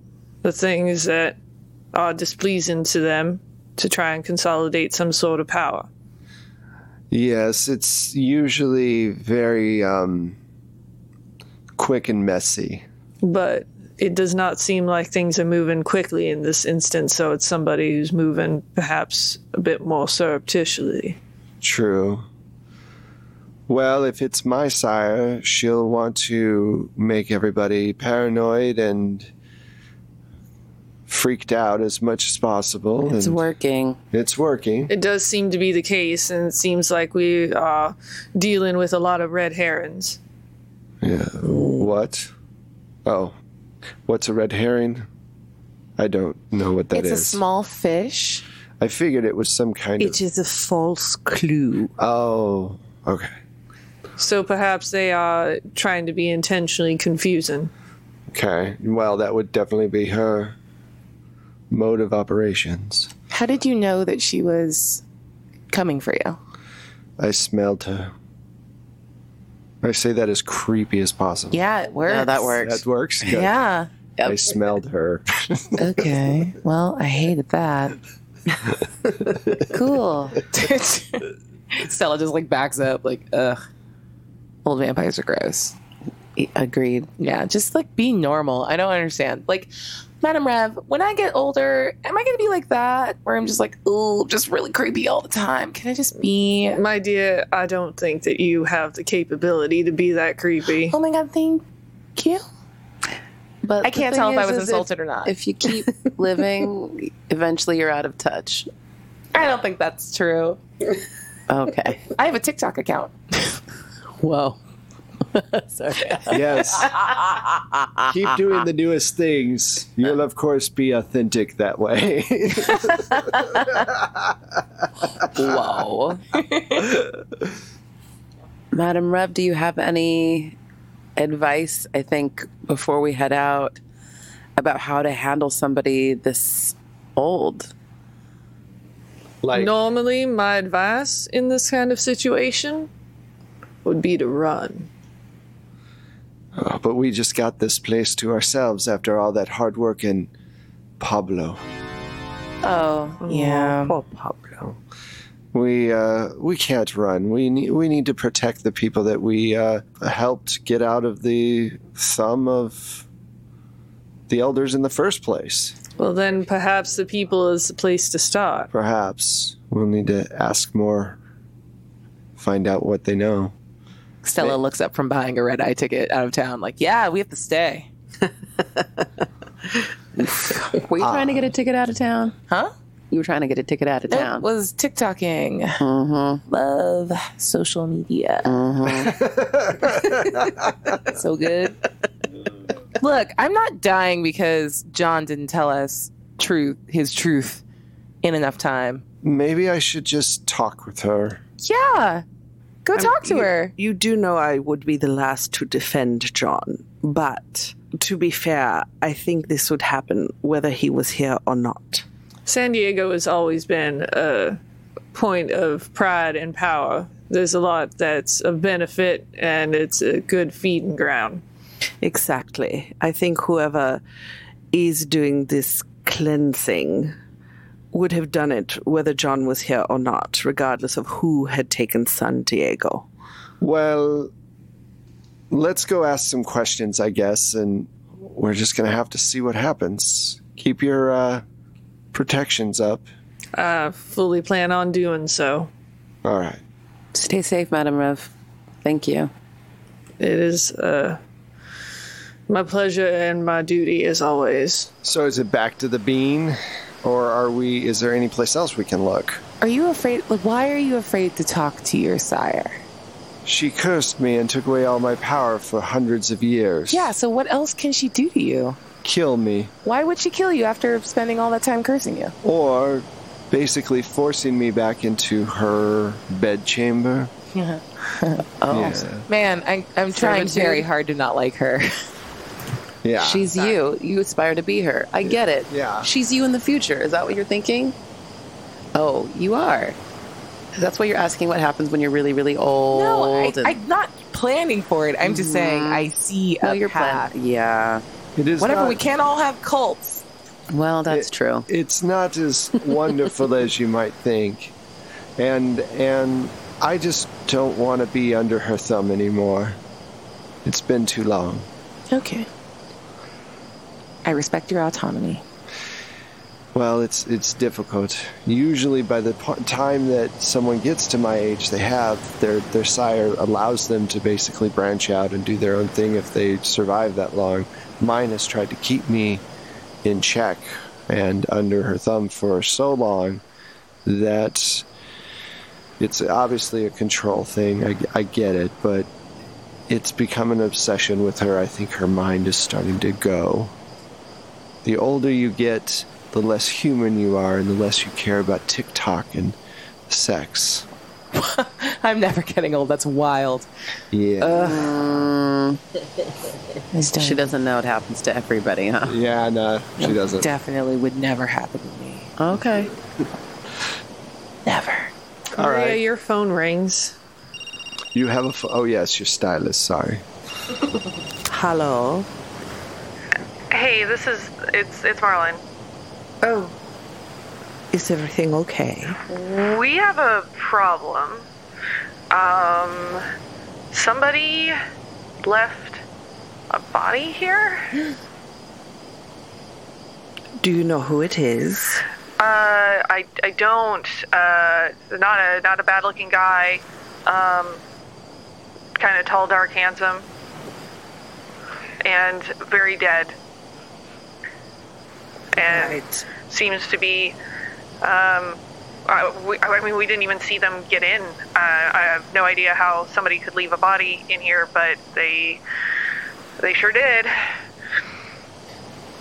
the things that are displeasing to them to try and consolidate some sort of power. Yes, it's usually very um, quick and messy. But it does not seem like things are moving quickly in this instance, so it's somebody who's moving perhaps a bit more surreptitiously. True. Well, if it's my sire, she'll want to make everybody paranoid and freaked out as much as possible. It's and working. It's working. It does seem to be the case, and it seems like we are dealing with a lot of red herons. yeah. What? Oh, what's a red herring? I don't know what that it's is. a small fish. I figured it was some kind It of. is a false clue. Oh, okay. So perhaps they are trying to be intentionally confusing. Okay. Well, that would definitely be her mode of operations. How did you know that she was coming for you? I smelled her. I say that as creepy as possible. Yeah, it works. No, that works. That works. Good. Yeah. I smelled her. Okay. Well, I hated that. cool. Stella just like backs up, like, ugh, old vampires are gross. E, Agreed. Yeah, just like be normal. I don't understand. Like, Madam Rev, when I get older, am I going to be like that? Where I'm just like, ooh, just really creepy all the time. Can I just be? My dear, I don't think that you have the capability to be that creepy. Oh my God, thank you. But I the can't tell thing if I is, was is insulted or not. If you keep living, eventually you're out of touch. I don't think that's true. Okay. I have a TikTok account. Whoa. Sorry. Yes. Keep doing the newest Uh, things. You'll, of course, be authentic that way. Whoa. Madam Rev, do you have any advice, I think, before we head out about how to handle somebody this old? like, Normally, my advice in this kind of situation would be to run. "Oh, but we just got this place to ourselves after all that hard work and Pablo. Oh, yeah. Poor Pablo. We uh, we can't run. We need we need to protect the people that we uh, helped get out of the thumb of the elders in the first place. Well, then perhaps the people is the place to start. Perhaps we'll need to ask more, find out what they know. Stella looks up from buying a red eye ticket out of town, like, yeah, we have to stay. Were you trying to get a ticket out of town? Ah. Huh? You were trying to get a ticket out of It town. was TikToking. Mm-hmm. Love social media. so good. Look, I'm not dying because John didn't tell us truth, his truth, in enough time. Maybe I should just talk with her. Yeah, go talk to you- her. You do know I would be the last to defend John, but to be fair, I think this would happen whether he was here or not. San Diego has always been a point of pride and power. There's a lot that's a benefit, and it's a good feeding ground. Exactly. I think whoever is doing this cleansing would have done it whether John was here or not, regardless of who had taken San Diego. Well, let's go ask some questions, I guess, and we're just gonna have to see what happens. Keep your uh, protections up. I fully plan on doing so. All right. Stay safe, Madam Rev. Thank you. It is uh, my pleasure and my duty as always. So is it back to the bean, or are we? Is there any place else we can look? Are you afraid? Like, why are you afraid to talk to your sire? She cursed me and took away all my power for hundreds of years. Yeah. So what else can she do to you? Kill me, Why would she kill you after spending all that time cursing you? or basically forcing me back into her bedchamber. oh. Yeah. Man, I, I'm trying Servitude. very hard to not like her. Yeah. She's you. You aspire to be her. I get it. Ah, Yeah. She's you in the future. Is that what you're thinking? Oh, you are. That's why you're asking what happens when you're really, really old. No, and- I, am not planning for it. I'm just saying I see Well, a you're path. plan- Yeah. It is Whatever, not- we can't all have cults. Well, that's It- true. It's not as wonderful as you might think, and and I just don't want to be under her thumb anymore. It's been too long. Okay. I respect your autonomy. Well, it's it's difficult. Usually, by the po- time that someone gets to my age, they have their their sire allows them to basically branch out and do their own thing if they survive that long. Mine has tried to keep me in check and under her thumb for so long that it's obviously a control thing. I, I get it, but it's become an obsession with her. I think her mind is starting to go. The older you get, the less human you are, and the less you care about TikTok and sex. I'm never getting old. That's wild. Yeah. She doesn't know it happens to everybody, huh? yeah, no, she doesn't. Definitely would never happen to me. Okay. Never. All Maria, right. your phone rings. You have a. F- oh, yes, your stylist. Sorry. Hello. Hey, Hey, this is it's it's Marlin. Oh. Is everything okay? We have a problem. Um, somebody left a body here. Do you know who it is? Uh, I, I don't. Uh, not a not a bad looking guy. Um, kind of tall, dark, handsome, and very dead. And Right. seems to be. Um, I, we, I mean, we didn't even see them get in. Uh, I have no idea how somebody could leave a body in here, but they they sure did.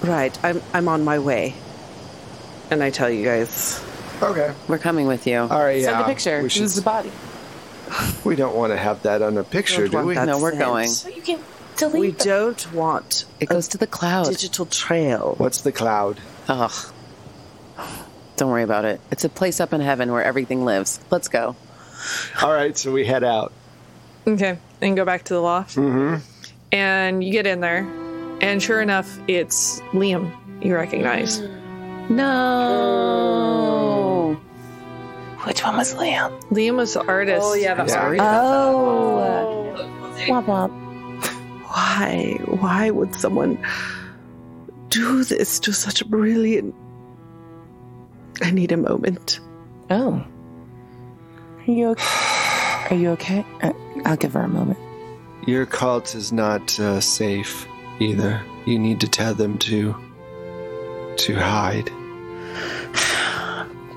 Right. I'm I'm on my way. And I tell you guys. Okay. We're coming with you. All right. Send yeah. a picture. We, This should- is the body. we don't want to have that on a picture, Don't do want we? that no, we're sent. going. You can delete We the- don't want It goes to the cloud. digital trail. What's the cloud? Ugh. Don't worry about it. It's a place up in heaven where everything lives. Let's go. All right. So we head out. Okay, and go back to the loft. Mm-hmm. And you get in there, and sure enough, it's Liam you recognize. No. Which one was Liam? Liam was the artist. Oh yeah, that's Yeah. sorry. Oh. Womp womp. Why? Why would someone do this to such a brilliant? I need a moment. Oh. Are you okay? Are you okay? Uh, I'll give her a moment. Your cult is not uh, safe either. You need to tell them to to hide.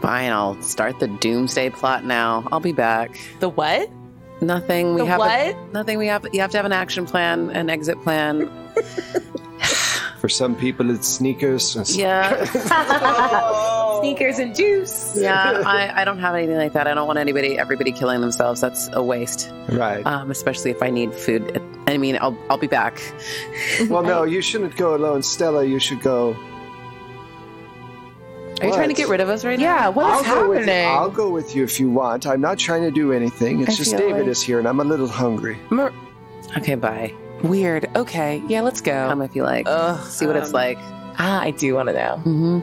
Fine, I'll start the doomsday plot now. I'll be back. The what? Nothing. We The have a- what? nothing. We have. You have to have an action plan, an exit plan. For some people, it's sneakers. It's- Yeah, Sneakers and juice. yeah. I, I don't have anything like that. I don't want anybody, everybody killing themselves. That's a waste. Right. Um, especially if I need food. I mean, I'll I'll be back. well, no, you shouldn't go alone, Stella. You should go. Are you trying to What? get rid of us right now? Yeah, what is go with you. happening? I'll go with you if you want. I'm not trying to do anything. It's I just feel David like- is here, and I'm a little hungry. Mer- Okay, bye. Weird. Okay. Yeah, let's Come go. if you like. Ugh, See what it's um, like. Ah, I do want to know. Mm-hmm.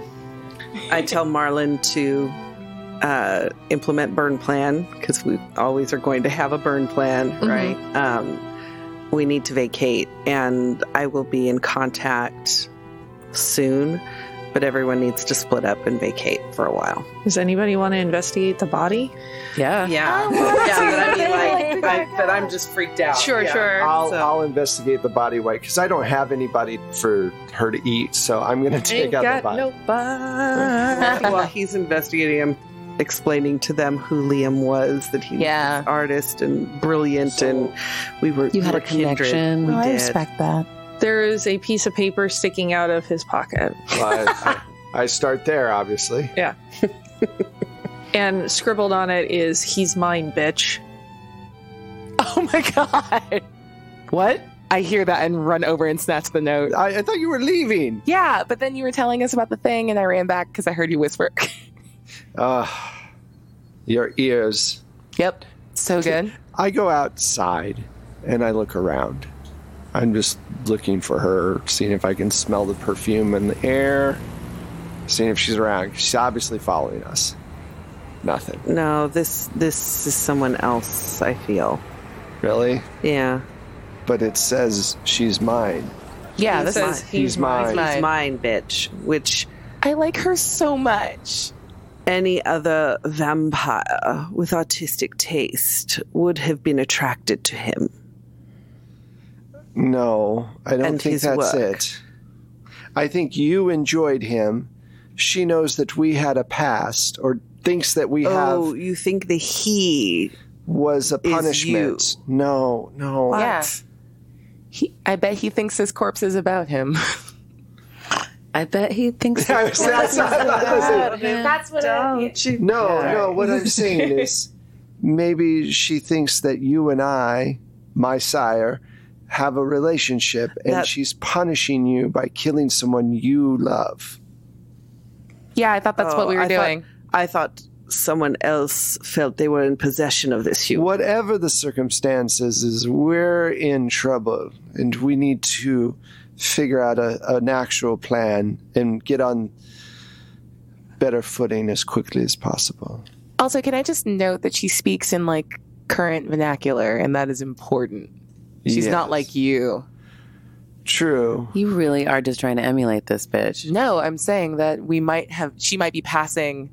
I tell Marlin to uh, implement burn plan because we always are going to have a burn plan, right? Um, we need to vacate, and I will be in contact soon. But everyone needs to split up and vacate for a while. Does anybody want to investigate the body? Yeah. Yeah, Yeah, but I mean, like, I- but I'm just freaked out. Sure, sure. I'll, so- I'll investigate the body weight because I don't have anybody for her to eat, so I'm going to take out the body. But while he's investigating, I'm explaining to them who Liam was, that he's Yeah. an artist and brilliant, and we were You had we a were kindred. connection. We Well, I did. respect that. There is a piece of paper sticking out of his pocket, Well, I, I start there, obviously. and scribbled on it is "He's mine, bitch." Oh my god. What? I hear that and run over and snatch the note. I, I thought you were leaving. Yeah, but then you were telling us about the thing, and I ran back because I heard you whisper. Uh, your ears. yep. So good. I go outside and I look around. I'm just looking for her, seeing if I can smell the perfume in the air, seeing if she's around. She's obviously following us. Nothing. No, this this is someone else. I feel. Really? Yeah, But it says she's mine. Yeah, It this says is. He's mine. it's mine, bitch. Which I like her so much. any other vampire with artistic taste would have been attracted to him. No, I don't And think his that's work. it. I think you enjoyed him. She knows that we had a past or thinks that we Oh, have you think the he? was a you. punishment. No, no. Yeah. He, I bet he thinks his corpse is about him. I bet he thinks. I was- I was- I was- That's what I No, no, what I'm saying is maybe she thinks that you and I, my sire, have a relationship and That- she's punishing you by killing someone you love. Yeah, I thought that's what Oh, we were I thought- doing. I thought someone else felt they were in possession of this human. Whatever the circumstances is, we're in trouble and we need to figure out a, an actual plan and get on better footing as quickly as possible. Also, can I just note that she speaks in like current vernacular, and that is important. She's not Yes. like you. True. You really are just trying to emulate this bitch. No, I'm saying that we might have. She might be passing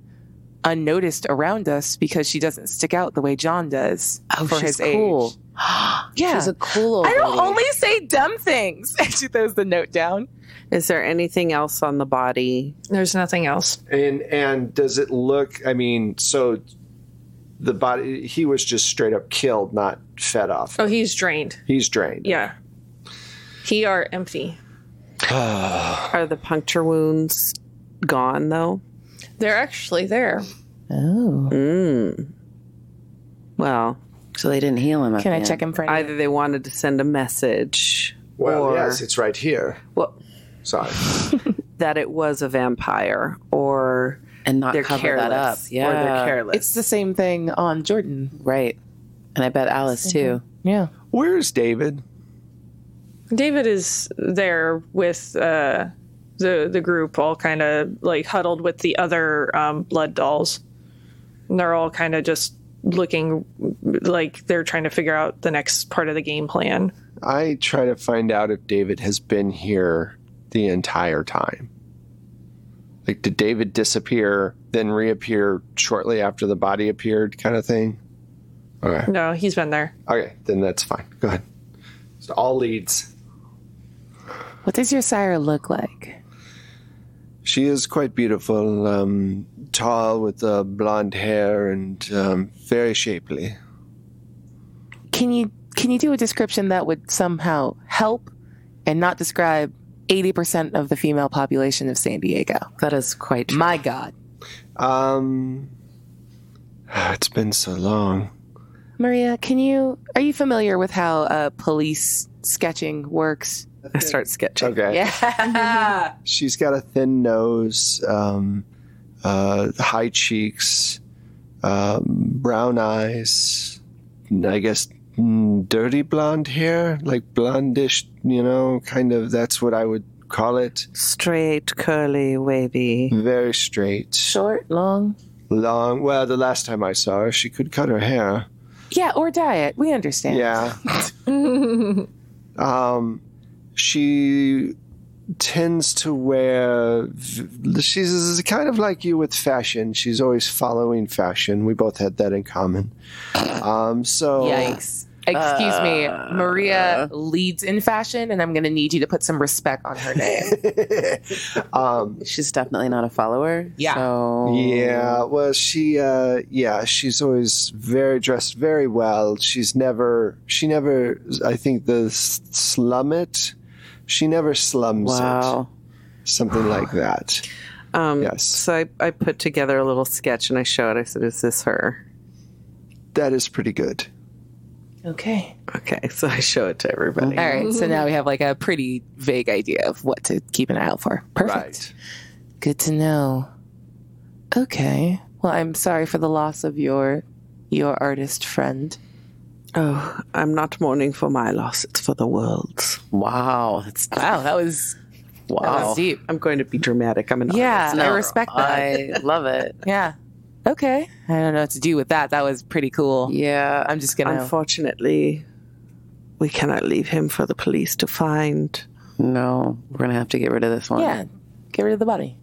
unnoticed around us because she doesn't stick out the way John does for she's his cool. age. Yeah, She's a cool old I don't lady. only say dumb things. And she throws the note down. Is there anything else on the body? There's nothing else. And and does it look? I mean, so the body he was just straight up killed, not fed off. Oh, he's drained. He's drained. Yeah. He are empty. Are the puncture wounds gone though? They're actually there. Well, So they didn't heal him. Up Can I yet. check him for anything? either they wanted to send a message Well, or yes, it's right here. well, Sorry. that it was a vampire or uh, and not they're cover careless. that up? Yeah, Or they're careless. It's the same thing on Jordan. right. And I bet Alice too. Yeah. Where is David? David is there with uh, the the group, all kind of like huddled with the other um, blood dolls. And they're all kind of just looking like they're trying to figure out the next part of the game plan. I try to find out if David has been here the entire time. Like, did David disappear, then reappear shortly after the body appeared, kind of thing? Okay. No, he's been there. Okay, then that's fine. Go ahead. So all leads. What does your sire look like? She is quite beautiful, um, tall with uh, blonde hair and um, very shapely. Can you can you do a description that would somehow help and not describe eighty percent of the female population of San Diego? That is quite true. My God, Um, it's been so long. Maria, can you are you familiar with how uh, police sketching works? I start sketching. Okay. Yeah. She's got a thin nose, um, uh, high cheeks, um, brown eyes, I guess mm, dirty blonde hair, like blondish, you know, kind of that's what I would call it. Straight, curly, wavy. Very straight, Short, long. long. Well, the last time I saw her, she could cut her hair. Yeah, or diet. We understand. Yeah. um, she tends to wear. v- She's kind of like you with fashion. She's always following fashion. We both had that in common. Um, so Yikes. Excuse me, Maria leads in fashion, and I'm going to need you to put some respect on her name. um, She's definitely not a follower. Yeah. So Yeah, well, she, uh, yeah, she's always very dressed very well. She's never, she never, I think the s- slum it, she never slums Wow. it, something like that. Um, Yes. So I, I put together a little sketch and I show it. I said, "Is this her?" That is pretty good. okay. Okay, so I show it to everybody. All right. So now we have like a pretty vague idea of what to keep an eye out for. Perfect. Good to know. Okay. Well, I'm sorry for the loss of your your artist friend. Oh, I'm not mourning for my loss; it's for the world's. Wow. That's Wow, that was that wow. was deep. I'm going to be dramatic. I'm an Yeah, artist. I respect that. I love it. yeah. Okay. I don't know what to do with that. That was pretty cool. Yeah. I'm just gonna. Unfortunately, we cannot leave him for the police to find. No, we're gonna have to get rid of this one. yeah. Get rid of the body.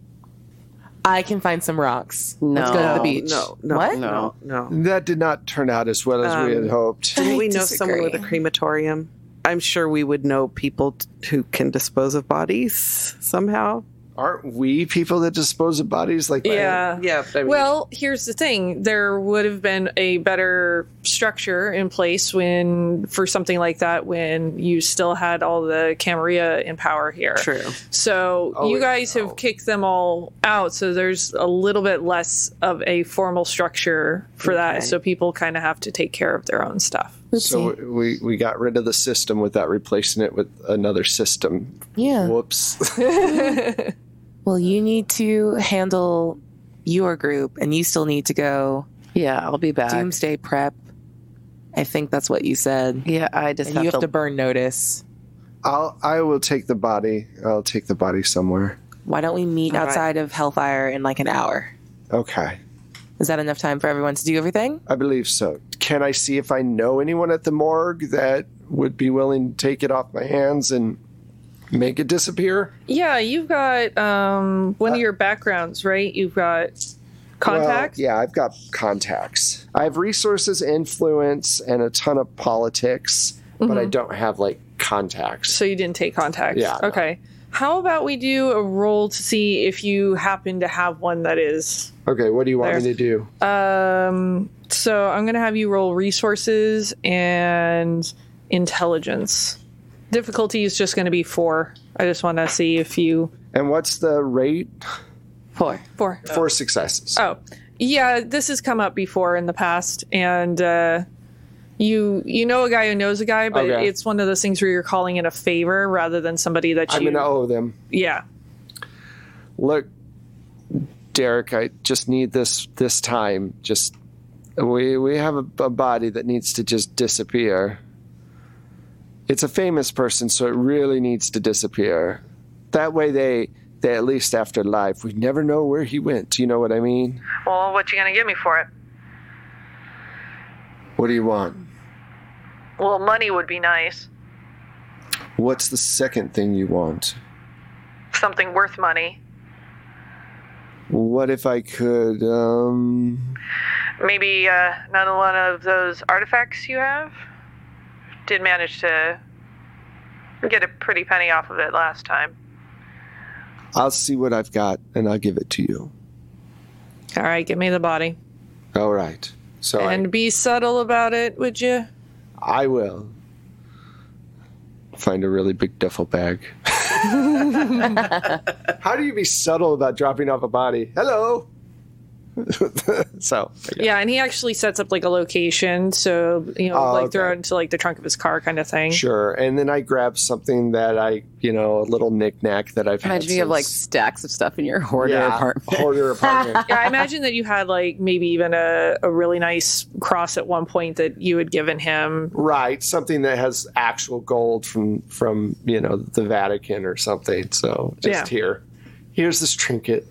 I can find some rocks. Let's go to the No, beach. No, no, What? no, no. That did not turn out as well as we had hoped. Do I we know someone with a disagree. crematorium? I'm sure we would know people t- who can dispose of bodies somehow. Aren't we people that dispose of bodies like that? Yeah. Yeah. I mean, Well, here's the thing. There would have been a better structure in place when for something like that when you still had all the Camarilla in power here. true. So Oh, you it- guys oh. have kicked them all out, so there's a little bit less of a formal structure for Okay. that. So people kind of have to take care of their own stuff. So we, we got rid of the system without replacing it with another system. Yeah. Whoops. Well, you need to handle your group, and you still need to go Yeah, I'll be back. doomsday prep. I think that's what you said. Yeah, I just And you have to burn notice. I'll I will take the body. I'll take the body somewhere. Why don't we meet right. outside of Hellfire in like an hour? Okay. Is that enough time for everyone to do everything? I believe so. Can I see if I know anyone at the morgue that would be willing to take it off my hands and make it disappear? Yeah, you've got um, one Uh, of your backgrounds, right? You've got contact. Well, yeah, I've got contacts. I have resources, influence, and a ton of politics, but Mm-hmm. I don't have like contacts. So you didn't take contact. Yeah, no. Okay. How about we do a roll to see if you happen to have one that is? Okay, what do you want me There. to do? Um, so I'm going to have you roll resources and intelligence. Difficulty is just going to be four. I just want to see if you And what's the rate? Four. four. Four successes. Oh, yeah, this has come up before in the past, and uh, you you know a guy who knows a guy, but Okay. it's one of those things where you're calling in a favor rather than somebody that I'm you going to owe them. yeah. look derek i just need this this time just we we have a, a body that needs to just disappear it's a famous person so it really needs to disappear that way they they at least after life we never know where he went you know what i mean Well, what you gonna give me for it? what do you want Well, money would be nice. what's the second thing you want Something worth money. what if i could um Maybe uh, another one of those artifacts you have. Did manage to get a pretty penny off of it last time. i'll see what i've got and i'll give it to you All right, give me the body all right so I- and be subtle about it, would you? I will find a really big duffel bag. How do you be subtle about dropping off a body? Hello. so Yeah. and he actually sets up like a location, so you know, Oh, like okay. throw it into like the trunk of his car, kind of thing. sure, and then I grab something that I, you know, a little knickknack that I've had. Imagine you have like since- stacks of stuff in your hoarder Yeah, apartment. Hoarder apartment. Yeah, I imagine that you had like maybe even a, a really nice cross at one point that you had given him. right, something that has actual gold from from you know the Vatican or something. So just Yeah. here, here's this trinket.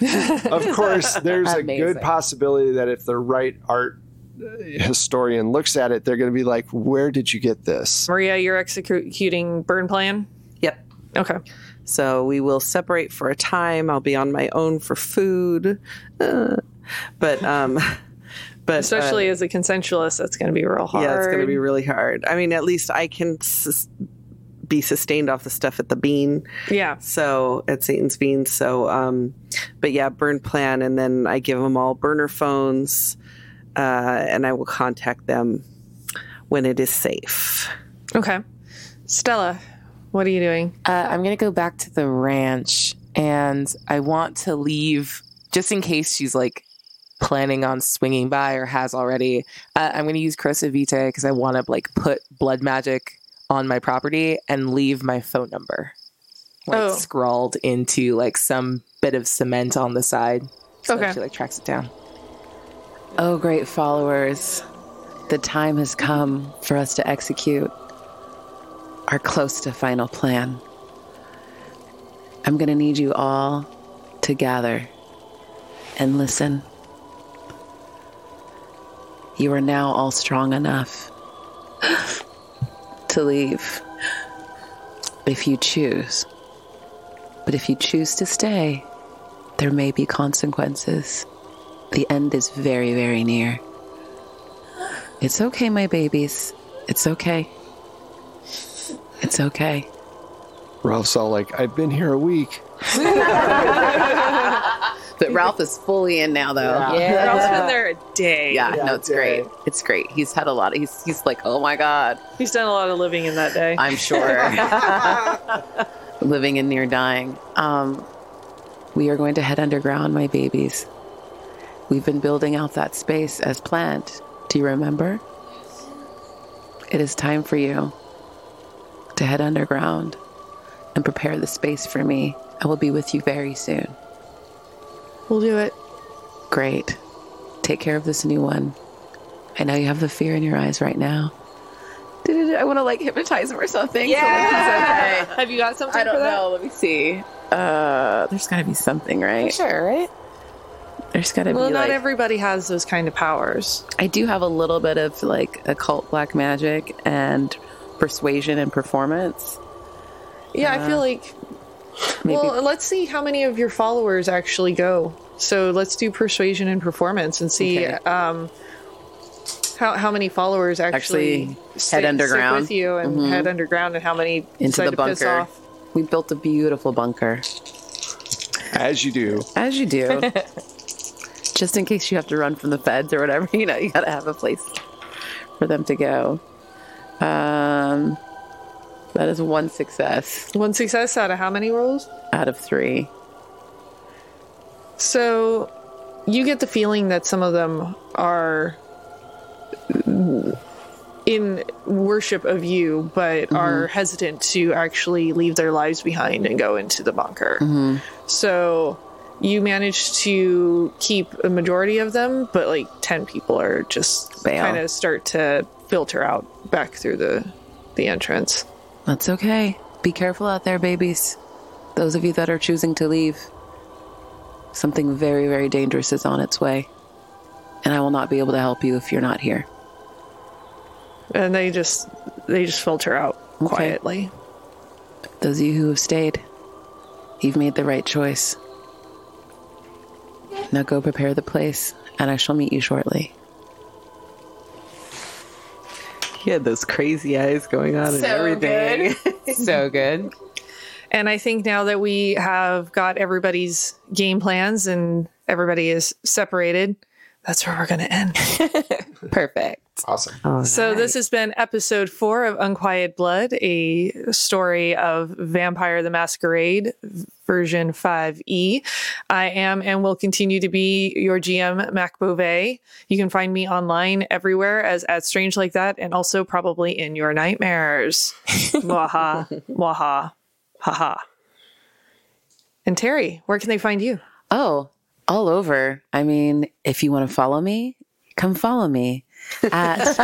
of course, there's a good Amazing. possibility that if the right art uh, historian looks at it, they're going to be like, "Where did you get this?" Maria, you're executing burn plan. Yep. Okay. So we will separate for a time. I'll be on my own for food, Uh, but um, but uh, especially as a consensualist that's going to be real hard Yeah, it's going to be really hard. I mean, at least I can sus- be sustained off the stuff at the bean. yeah So at Satan's bean. So, um, but yeah, burn plan, and then I give them all burner phones, uh, and I will contact them when it is safe. okay stella what are you doing Uh, I'm gonna go back to the ranch, and I want to leave just in case she's like planning on swinging by or has already. Uh, I'm gonna use Crosa Vitae because I want to like put blood magic on my property and leave my phone number like Oh. scrawled into like some bit of cement on the side. So Okay. she like tracks it down. Oh, great followers. The time has come for us to execute our close to final plan. I'm going to need you all to gather and listen. You are now all strong enough to leave if you choose. But if you choose to stay, there may be consequences. The end is very, very near. It's okay, my babies. It's okay. It's okay. Ralph's all like, "I've been here a week." But Ralph is fully in now, though. Yeah, yeah. has been there a day Yeah, Yeah, no, it's yeah. great. It's great. He's had a lot of. He's he's like, oh my god, he's done a lot of living in that day I'm sure. Living and near dying. Um, we are going to head underground, my babies. We've been building out that space as planned. Do you remember? It is time for you to head underground and prepare the space for me. I will be with you very soon. we'll do it Great. Take care of this new one. I know you have the fear in your eyes right now. I want to like hypnotize him or something. Yeah. Yeah. Have you got something I don't for that? know. Let me see. Uh, there's got to be something, right? Sure, right? There's got to Well, be not like everybody has those kind of powers. I do have a little bit of like occult black magic and persuasion and performance. Yeah, I feel like. Well, let's see how many of your followers actually go. So let's do persuasion and performance and see Okay. um, how how many followers actually, Actually head stick- underground. Mm-hmm. stick with you and head underground, and how many Into decide the to piss bunker. off. We built a beautiful bunker, As you do. as you do. Just in case you have to run from the feds or whatever, you know, you got to have a place for them to go. Um, that is one success One success out of how many rolls? out of three. So you get the feeling that some of them are in worship of you, but are hesitant to actually leave their lives behind and go into the bunker. So you manage to keep a majority of them, but like 10 people are just Bail. kind of start to filter out back through the the entrance. That's okay. Be careful out there, babies. Those of you that are choosing to leave, something very, very dangerous is on its way. And I will not be able to help you if you're not here. And they just they just filter out quietly. Those of you who have stayed, you've made the right choice. Now go prepare the place, and I shall meet you shortly. He had those crazy eyes going on and So everything. so good. And I think now that we have got everybody's game plans and everybody is separated, that's where we're going to end. Perfect. Awesome. so, this has been episode four of Unquiet Blood, a story of Vampire the Masquerade version 5e. I am and will continue to be your GM, Mac Beauvais. You can find me online everywhere as at Strange Like That and also probably in your nightmares. Mwaha, mwaha, haha. And Terry, where can they find you? Oh, all over. I mean, if you want to follow me, come follow me at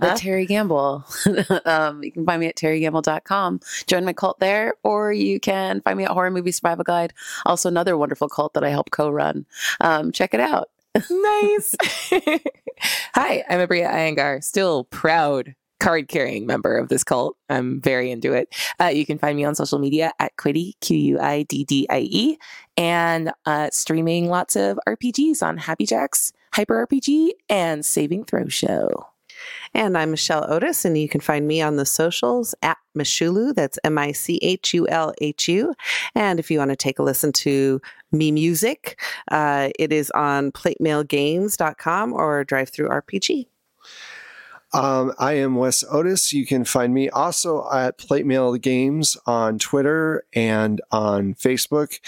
the Terry Gamble. um, you can find me at terrygamble.com. Join my cult there, or you can find me at Horror Movie Survival Guide, also another wonderful cult that I help co run. Um, check it out. Nice. Hi, I'm Abria Iyengar, still proud card carrying member of this cult. I'm very into it. Uh, you can find me on social media at Quiddy, Q U I D D I E, and uh, streaming lots of RPGs on Happy Jacks, Hyper RPG, and Saving Throw Show. And I'm Michelle Otis, and you can find me on the socials at Michulu. That's M I C H U L H U. And if you want to take a listen to me music, uh, it is on platemailgames.com or drive through RPG. Um, I am Wes Otis. You can find me also at Plate Mail Games on Twitter and on Facebook.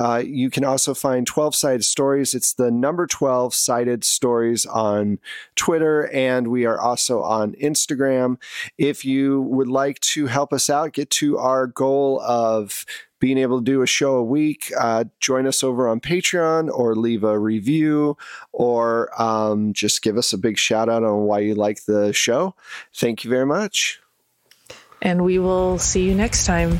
Uh, you can also find 12 Sided Stories. It's the number 12 Sided Stories on Twitter, and we are also on Instagram. If you would like to help us out, get to our goal of being able to do a show a week, uh, join us over on Patreon or leave a review or um, just give us a big shout out on why you like the show. Thank you very much. And we will see you next time.